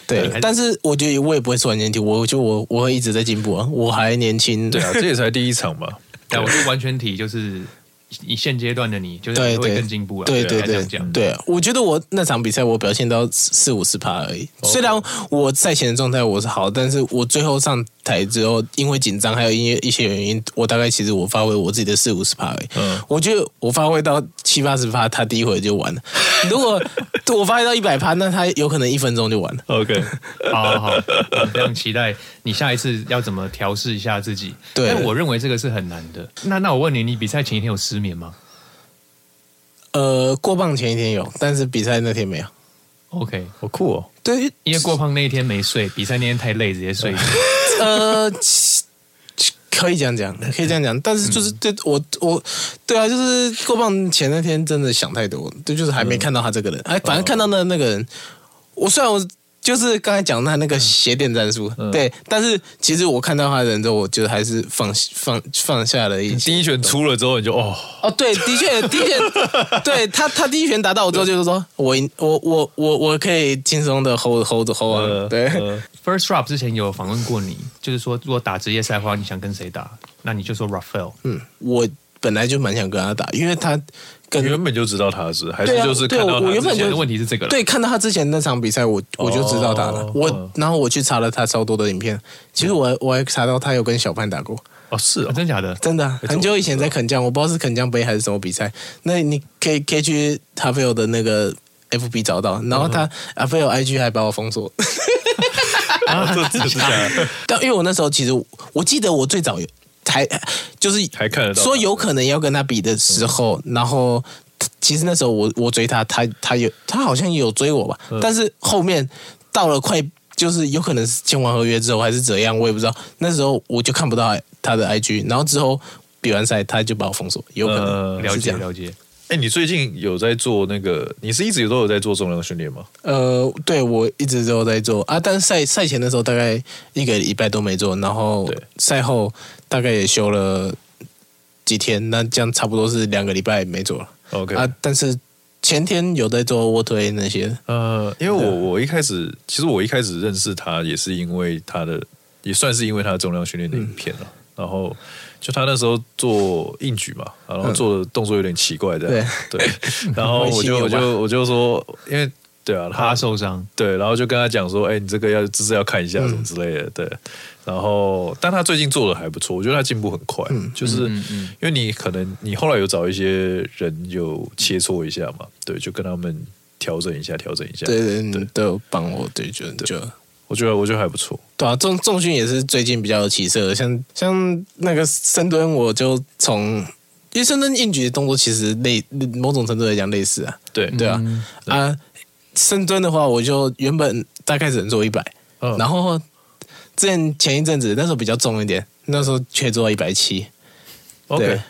对
还是，
但是我觉得我也不会说完全体，我就我我会一直在进步啊，我还年轻。
对啊，这也才第一场嘛。
对，我说完全体就是以现阶段的你，就是
对
你会
对，
更进步啊。
对对
对应该这
对
样讲。
对，我觉得我那场比赛我表现到四四五十趴而已。
哦
虽然我赛前的状态我是好，但是我最后上台之后，因为紧张还有因为一些原因，我大概其实我发挥我自己的四五十趴而已。
嗯
我觉得我发挥到七八十趴，他第一回就完了。如
[LAUGHS]
果我发挥到一百趴，那他有可能一分钟就完了。
OK，
好好好， [LAUGHS] 我非常期待你下一次要怎么调试一下自己。
对
但我认为这个是很难的。那那我问你，你比赛前一天有失眠吗
呃，过磅前一天有，但是比赛那天没有。
？OK，
好酷哦。
对，
因为过胖那一天没睡，比赛那天太累，直接睡。
呃，其可以这样讲，可以这样讲，但是就是对我我对啊，就是过磅前那天真的想太多，对，就是还没看到他这个人，
嗯
哎，反正看到那那个人，我虽然我。就是刚才讲的那个斜点战术，
嗯
对，但是其实我看到他的人之后，我觉得还是放放放下了一些。
第一拳出了之后，你就哦，
哦，对，的确，的确，对他，他第一拳打到我之后，就是说我赢我我我我可以轻松的 hold hold hold 啊，
呃
对，
呃
First Rap 之前有访问过你，就是说如果打职业赛的话，你想跟谁打？那你就说 Raphael。
嗯，我本来就蛮想跟他打，因为他跟
原本就知道他是，还是
对啊
就是
对
看到
我
他
我原
之
本
前
我的问题是这个了。
对看到他之前那场比赛，我我就知道他了。
哦
我然后我去查了他超多的影片，其实我还我还查到他有跟小潘打过，
哦是
啊
[LAUGHS]
哦，
真假的？
真的啊、
哎
很久以前在肯江，我不知道是肯江杯还是什么比赛。那你可以可以去塔菲尔的那个 FB 找到，然后他阿菲尔 IG 还把我封锁。
啊 [LAUGHS] 这这是假的，
[LAUGHS] 但因为我那时候其实我我记得我最早有还就是
还看得到他嗯
说有可能要跟他比的时候，然后其实那时候我我追他，他他有他好像也有追我吧，
嗯
但是后面到了快就是有可能是签完合约之后还是怎样，我也不知道。那时候我就看不到他的 IG，然后之后比完赛他就把我封锁，有可能、
呃
了
是这
解
样。
了解。
哎，你最近有在做那个？你是一直都有在做重量训练吗？
呃，对我一直都在做啊，但是赛赛前的时候大概一个礼拜都没做，然后
对
赛后大概也休了几天，那这样差不多是两个礼拜没做了
OK
啊。但是前天有在做卧推那些，
呃，因为我我一开始，其实我一开始认识他也是因为他的，也算是因为他的重量训练的影片了。
嗯
然后就他那时候做硬举嘛，
嗯
然后做的动作有点奇怪的，对对。然
[LAUGHS]
后我就我就我就说，因为对啊，
他
他
受伤，
对，然后就跟他讲说，哎、你这个要姿势要看一
嗯
下什么之类的，对。然后，但他最近做的还不错，我觉得他进步很快，
嗯
就是、因为你可能你后来有找一些人有切磋一下嘛，对，就跟他们调整一下，调整一下，
对对你都有帮我，对就就
我觉得我觉得还不错，
对啊，重重训也是最近比较有起色的，像像那个深蹲，我就从。因为深蹲硬举的动作其实类某种程度来讲类似啊，
对
对啊，
嗯
啊，深蹲的话，我就原本大概只能做一百、
嗯
然后之前前一阵子那时候比较重一点，那时候却做到一百七，对
嗯，OK，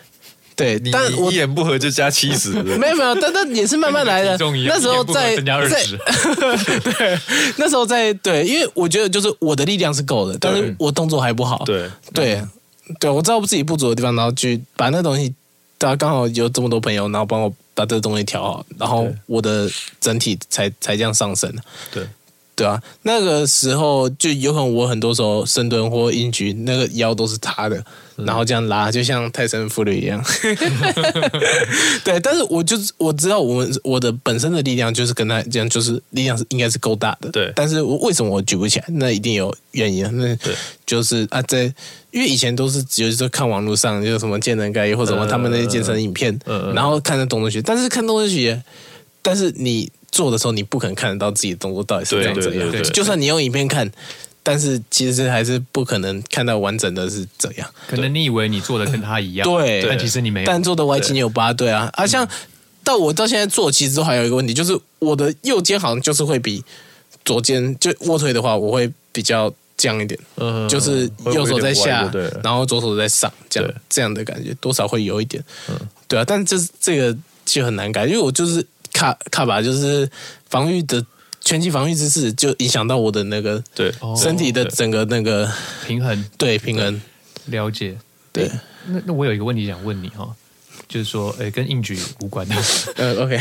对，
你
但
你
我
一言不合就加七十，对不对
[LAUGHS] 没有没有，但但也是慢慢来的。
跟 [LAUGHS] 你体重一样
那时候在
一年不可能增加二
在
十
[LAUGHS] 对，那时候在对，因为我觉得就是我的力量是够的，但是我动作还不好。
对
对对，我知道自己不足的地方，然后去把那东西，大家刚好有这么多朋友，然后帮我把这个东西调好，然后
对
我的整体才才这样上升。
对
对啊，那个时候就有可能我很多时候深蹲或硬举那个腰都是塌的，
嗯
然后这样拉，就像泰森弗里一样。 [LAUGHS] 对，但是我就是我知道我们我的本身的力量就是跟他这样，就是力量是应该是够大的。
对
但是我为什么我举不起来？那一定有原因啊。那
对
就是啊，在因为以前都是只有就是看网络上就是什么健能概或什么
嗯
他们那些健身影片，
嗯嗯
然后看着动作学，但是看动作学，但是你做的时候你不可能看得到自己的动作到底是
对
长怎样
对对对。
就算你用影片看，但是其实还是不可能看到完整的是怎样。
可能你以为你做的跟他一样，
对
但其实你没有。
但做的歪七扭八，对啊，啊，像到我到现在做，其实都还有一个问题，就是我的右肩好像就是会比左肩，就卧推的话，我会比较僵一点，
嗯
就是右手在下
对，了，
然后左手在上，这样
对
这样的感觉，多少会有一点，对啊，但这是这个就很难改，因为我就是卡卡吧，就是防御的拳击防御姿势，就影响到我的那个
对
哦
身体的
对
整个那个
平衡
对平衡，
了解。
对，
那那我有一个问题想问你哈、哦，就是说，诶，跟硬举无关的，
呃，OK，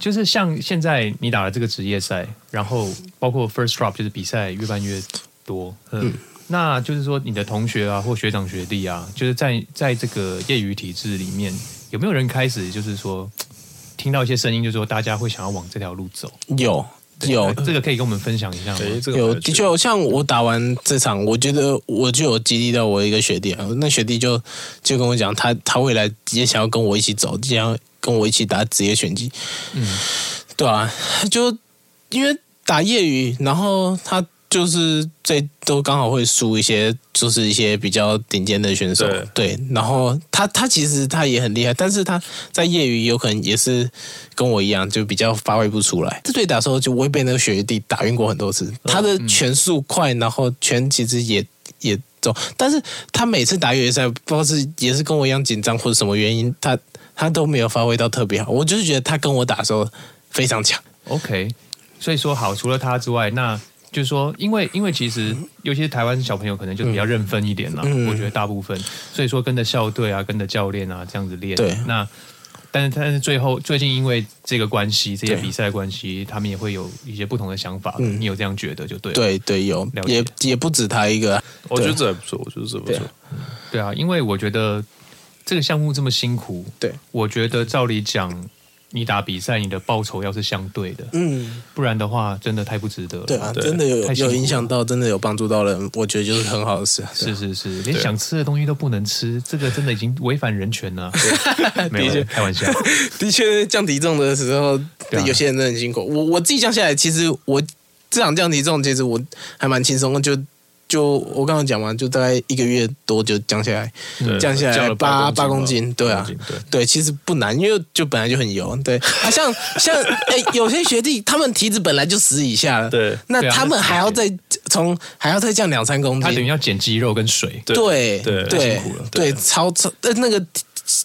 就是像现在你打了这个职业赛，然后包括 first drop 就是比赛越办越多，嗯，那就是说你的同学啊或学长学弟啊，就是在在这个业余体制里面，有没有人开始就是说听到一些声音，就是说大家会想要往这条路走？
有
对
有
这个可以跟我们分享一下吗？
哎，这个
有，
很
的
趣
确，像我打完这场，我觉得我就有激励到我一个学弟啊。那学弟就就跟我讲，他他未来也想要跟我一起走，想要跟我一起打职业拳击。
嗯，
对啊，就因为打业余，然后他就是这都刚好会输一些，就是一些比较顶尖的选手。对，然后他他其实他也很厉害，但是他在业余有可能也是跟我一样，就比较发挥不出来。这对打的时候，就我也被那个学弟打晕过很多
嗯
次。他的拳速快，然后拳其实也也重，但是他每次打越野赛，不知道是也是跟我一样紧张或者什么原因，他他都没有发挥到特别好。我就是觉得他跟我打的时候非常强。
OK，所以说好，除了他之外，那就是说，因为因为其实，尤其是台湾小朋友，可能就比较认分一点啦。
嗯
我觉得大部分，所以说跟着校队啊，跟着教练啊这样子练。
对
那但是但是最后最近因为这个关系，这些
对
比赛关系，他们也会有一些不同的想法。
嗯
你有这样觉得就对了。
对对，有
了解
也也不止他一个。啊
我觉得这还不错，我觉得这不
对
错
啊。
对啊，因为我觉得这个项目这么辛苦，
对，
我觉得照理讲，你打比赛，你的报酬要是相对的，
嗯，
不然的话，真的太不值得了。
对啊，
对
真的有
太辛苦
有
了
影响到，真的有帮助到人，我觉得就是很好的事。啊
是是是，连想吃的东西都不能吃， [LAUGHS] 这个真的已经违反人权了。 [LAUGHS] 没有，开玩笑。
[LAUGHS] 的确，降体重的时候，
对啊
有些人真的很辛苦。我我自己降下来，其实我这场降体重，其实我还蛮轻松的，就就我刚刚讲嘛，就大概一个月多就降下来，
对
降下来
降了八
八
公
公斤
斤吧
对啊
八公斤对
对，其实不难，因为就本来就很油，对啊，像像 [LAUGHS] 哎、有些学弟他们体脂本来就十以下了，
对
那
对啊
他们还要再从还要再降两三公
他等于
斤，
要减肌肉跟水，
对
对
对
太辛苦了
对，超超呃那个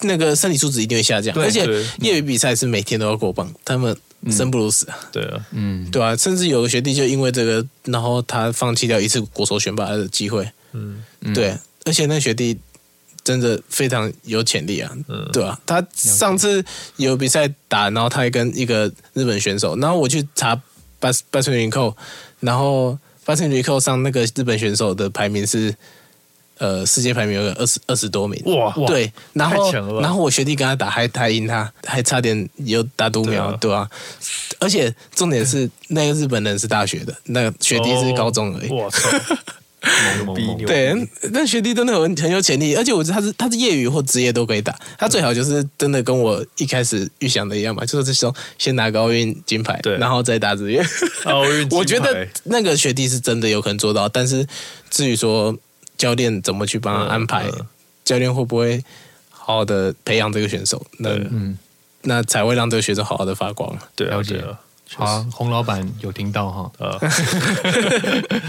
那个身体素质一定会下降，
对
而且
对
业余比赛是每天都要过磅，他们生不如死啊，
对啊，
嗯，
对啊，甚至有个学弟就因为这个，然后他放弃掉一次国手选拔的机会，
嗯
嗯
对，而且那学弟真的非常有潜力啊，
嗯，
对啊，他上次有比赛打，然后他还跟一个日本选手，然后我去查巴斯巴村云扣，然后巴村云扣上那个日本选手的排名是呃世界排名有个二十二十多名，
哇哇
对，然后
太强了吧
然后我学弟跟他打还还赢他，还差点有打独
啊
苗，对吧、而且重点是那个日本人是大学的，那个学弟是高中而已。
哦哇操，
猛猛猛，
对，那学弟真的很很有潜力，而且我觉得他是他是业余或职业都可以打，他最好就是真的跟我一开始预想的一样嘛，就是这种先拿个奥运金牌，
对
然后再打职业。
奥运金牌，
我觉得那个学弟是真的有可能做到，但是至于说教练怎么去帮他安排，
嗯嗯
教练会不会好好的培养这个选手，那
对
嗯，
那才会让这个选手好好的发光。
对啊
了解
对啊确实
好啊，洪老板有听到哈？
啊，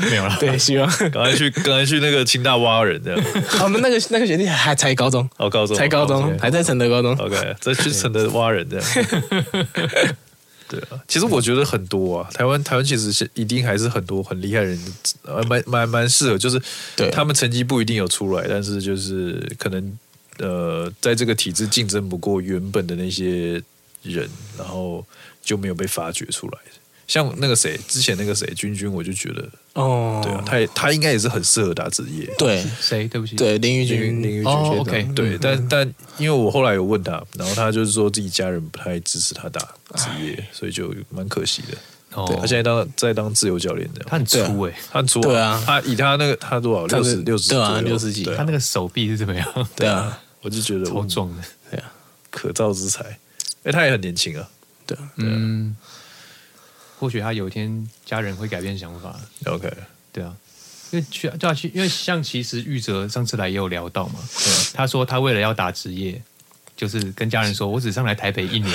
没有啦。
对，希望
刚才去刚才去那个清大挖人这样，
我们那个那个学弟还才高中，
哦，高中
才高中，
OK
还在承德高中。
OK，这去省得挖人这样。
[LAUGHS]
对啊，其实我觉得很多啊，台湾台湾其实是一定还是很多很厉害人，呃，蛮蛮蛮适合，就是
对
他们成绩不一定有出来，但是就是可能呃，在这个体制竞争不过原本的那些人，然后就没有被发掘出来。像那个谁，之前那个谁，君君，我就觉得，
哦，
对啊，他也他应该也是很适合打职业，
对
谁？对不起。。
对，林玉
林
君，
林玉君
哦
学长嗯
OK
对，但但因为我后来有问他，然后他就是说自己家人不太支持他打职业，所以就蛮可惜的。
哦
对，他现在当在当自由教练这
他
样。
很粗哎，
他很粗
对啊
他以他那个他多少
他
六
是
十六十
对啊
左右
60几
对
他
啊
那个手臂是怎么样？
对啊，
我就觉得
超
我
壮的。
啊可造之才。哎，他也很年轻啊，
对啊，
嗯。或许他有一天家人会改变想法。
OK， [LAUGHS]
对啊。因为去对啊，去因为像其实玉哲上次来也有聊到嘛，
啊
他说他为了要打职业，就是跟家人说，我只上来台北一年，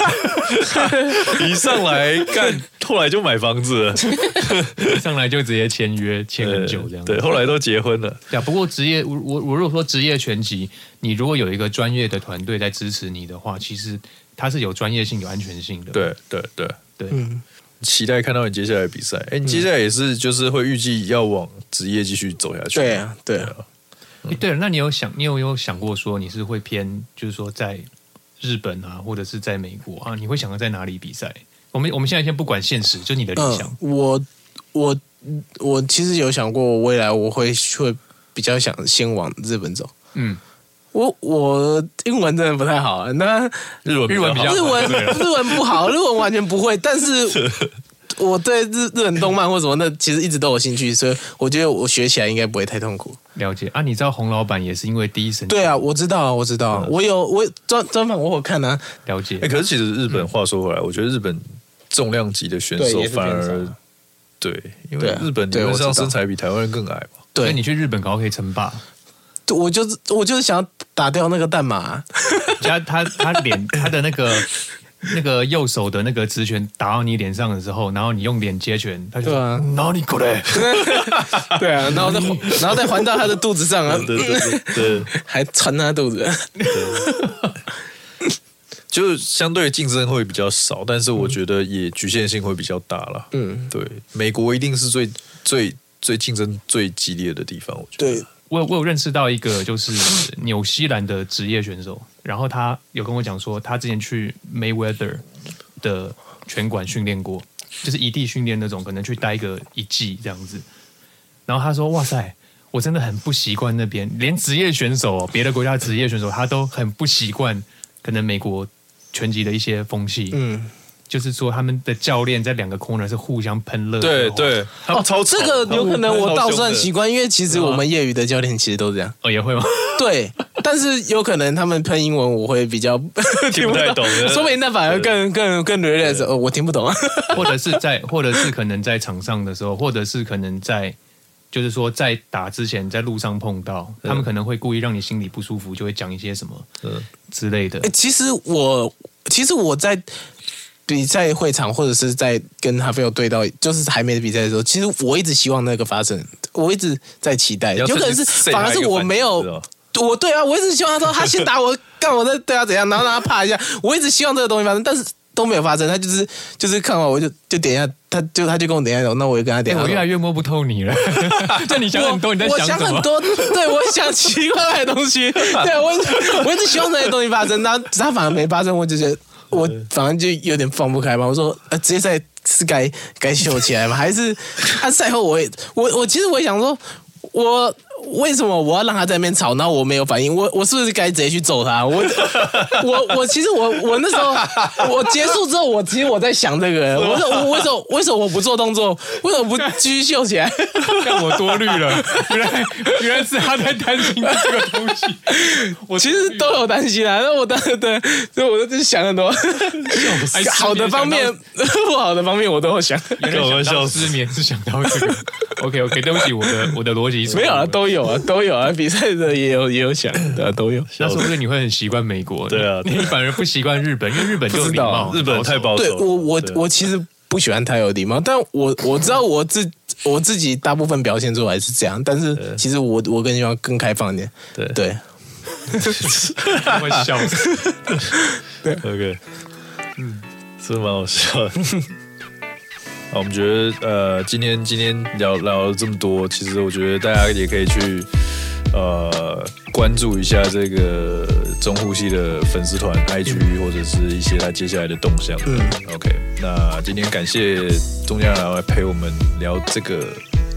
一上来干，后来就买房子了，
上来就直接签约，签 [LAUGHS] 很久这样子。
对，后来都结婚了，
对啊，不过职业，我我我如果说职业拳击，你如果有一个专业的团队在支持你的话，其实它是有专业性、有安全性的。
对对对，
对，
嗯
期待看到你接下来的比赛。哎，你接下来也是就是会预计要往职业继续走下去，
对啊，对啊，
诶对了，那你有想，你有有想过说你是会偏，就是说在日本啊，或者是在美国啊，你会想要在哪里比赛？我们我们现在先不管现实，就你的理想。
嗯，我我我其实有想过，我未来我会会比较想先往日本走。
嗯，
我我英文真的不太好，啊，那
日文
日文比较好
日文日文不好，日文完全不会，但是。我对日日本动漫或什么的，其实一直都有兴趣，所以我觉得我学起来应该不会太痛苦。
了解啊。你知道洪老板也是因为第一神
对啊，我知道啊，我知道啊，我有我专专访我有看啊，
了解
哎、可是其实日本话说回来，我觉得日本重量级的选
对
手
嗯也是
反
偏
而
少
对，因
对
为
啊
日本理
对
论
我知道
上身材比台湾人更矮
[LAUGHS]
嘛。
所
对
以你去日本搞可以称霸。
我就是我就是想要打掉那个蛋马，啊
他他他脸他的那个那个右手的那个直拳打到你脸上的时候，然后你用脸接拳，他就
对
说
啊，
哪里过来？
对啊，然后再然后再还到他的肚子上啊，
对对对对，
[LAUGHS] 还穿他肚子，
就是相对竞争会比较少，但是我觉得也局限性会比较大了。
嗯，
对，美国一定是最最最竞争最激烈的地方，我觉得。
对，
我有我有认识到一个就是纽西兰的职业选手，然后他有跟我讲说，他之前去 Mayweather 的拳馆训练过，就是一地训练那种，可能去待个一季这样子。然后他说：“哇塞，我真的很不习惯那边，连职业选手、哦，别的国家的职业选手，他都很不习惯，可能美国拳击的一些风气。
嗯，
就是说他们的教练在两个 corner 是互相喷热
对
水花，
对，他们超吵
哦，这个有可能我倒算习
习
惯，因为其实我们业余的教练其实都这样，
哦也会吗？
对，但是有可能他们喷英文我会
[LAUGHS]
比较听
不太懂的
说明那反而更更更 relax，哦，我听不懂，
或者是在，或者是可能在场上的时候，或者是可能在，就是说在打之前在路上碰到，他们可能会故意让你心里不舒服，就会讲一些什么
嗯
之类的
哎、。 [LAUGHS] 其实我其实我在比赛会场或者是在跟哈菲尔对到，就是还没比赛的时候，其实我一直希望那个发生，我一直在期待，
你要
有可能
趁
是
机塞
反而
他
是
一个
我
反
没
击
有
知道。
我对啊，我一直希望他说他先打我， [LAUGHS] 干我再对他怎样，然后让他怕一下。我一直希望这个东西发生，但是都没有发生。他就是就是看完我就就点一下，他就他就跟我点一下头，那我就跟他点
哎
一下
我
头
越来越摸不透你了， [LAUGHS] 就你想很多，你在
我
什么
很？多，对我想奇怪的东
[LAUGHS]
西，对我一直我一直希望那些东西发生，但它反而没发生，我就觉得我反而就有点放不开嘛。我说，呃，职业赛是该该秀起来吗？还是他赛后我也我我其实我也想说，我为什么我要让他在那边吵，然后我没有反应？我我是不是该直接去揍他？
[LAUGHS]
我我我其实我我那时候我结束之后，我其实我在想这个，我说我为什么为什么我不做动作？为什么不继续秀起来？
让 [LAUGHS] 我多虑了，原来原来是他在担心这个东西。
[LAUGHS] 我其实都有担心啊，那我当然对，所以我就想很多，
哎
[LAUGHS] 好的方面、不好的方面我都有想，
原来想到失眠是想到这个。OK
[LAUGHS]
OK，对不起，我的我的逻辑是
没
[LAUGHS]
有啊，
了。
都有啊，都有啊，比赛的也有也有想，对啊，都有。
那说不定你会很习惯美国，
对啊对
你反而不习惯日本，因为日本就有
不知
礼
道啊
貌，
日本太保守
对
了。
我我
对啊
我其实不喜欢太有礼貌，但我我知道我自我自己大部分表现出来是这样，但是其实我我更希望更开放一点，
对
对。
会笑死。
OK，嗯，是蛮好笑的。 [LAUGHS] 好，我们觉得呃，今天今天聊聊了这么多，其实我觉得大家也可以去呃关注一下这个中呼吸的粉丝团 IG，、或者是一些他接下来的动向。嗯，OK，那今天感谢钟家良来陪我们聊这个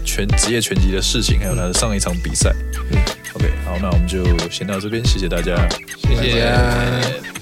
全职业拳击的事情，还有他的上一场比赛。OK，好，那我们就先到这边，谢谢大家，
谢谢。
大家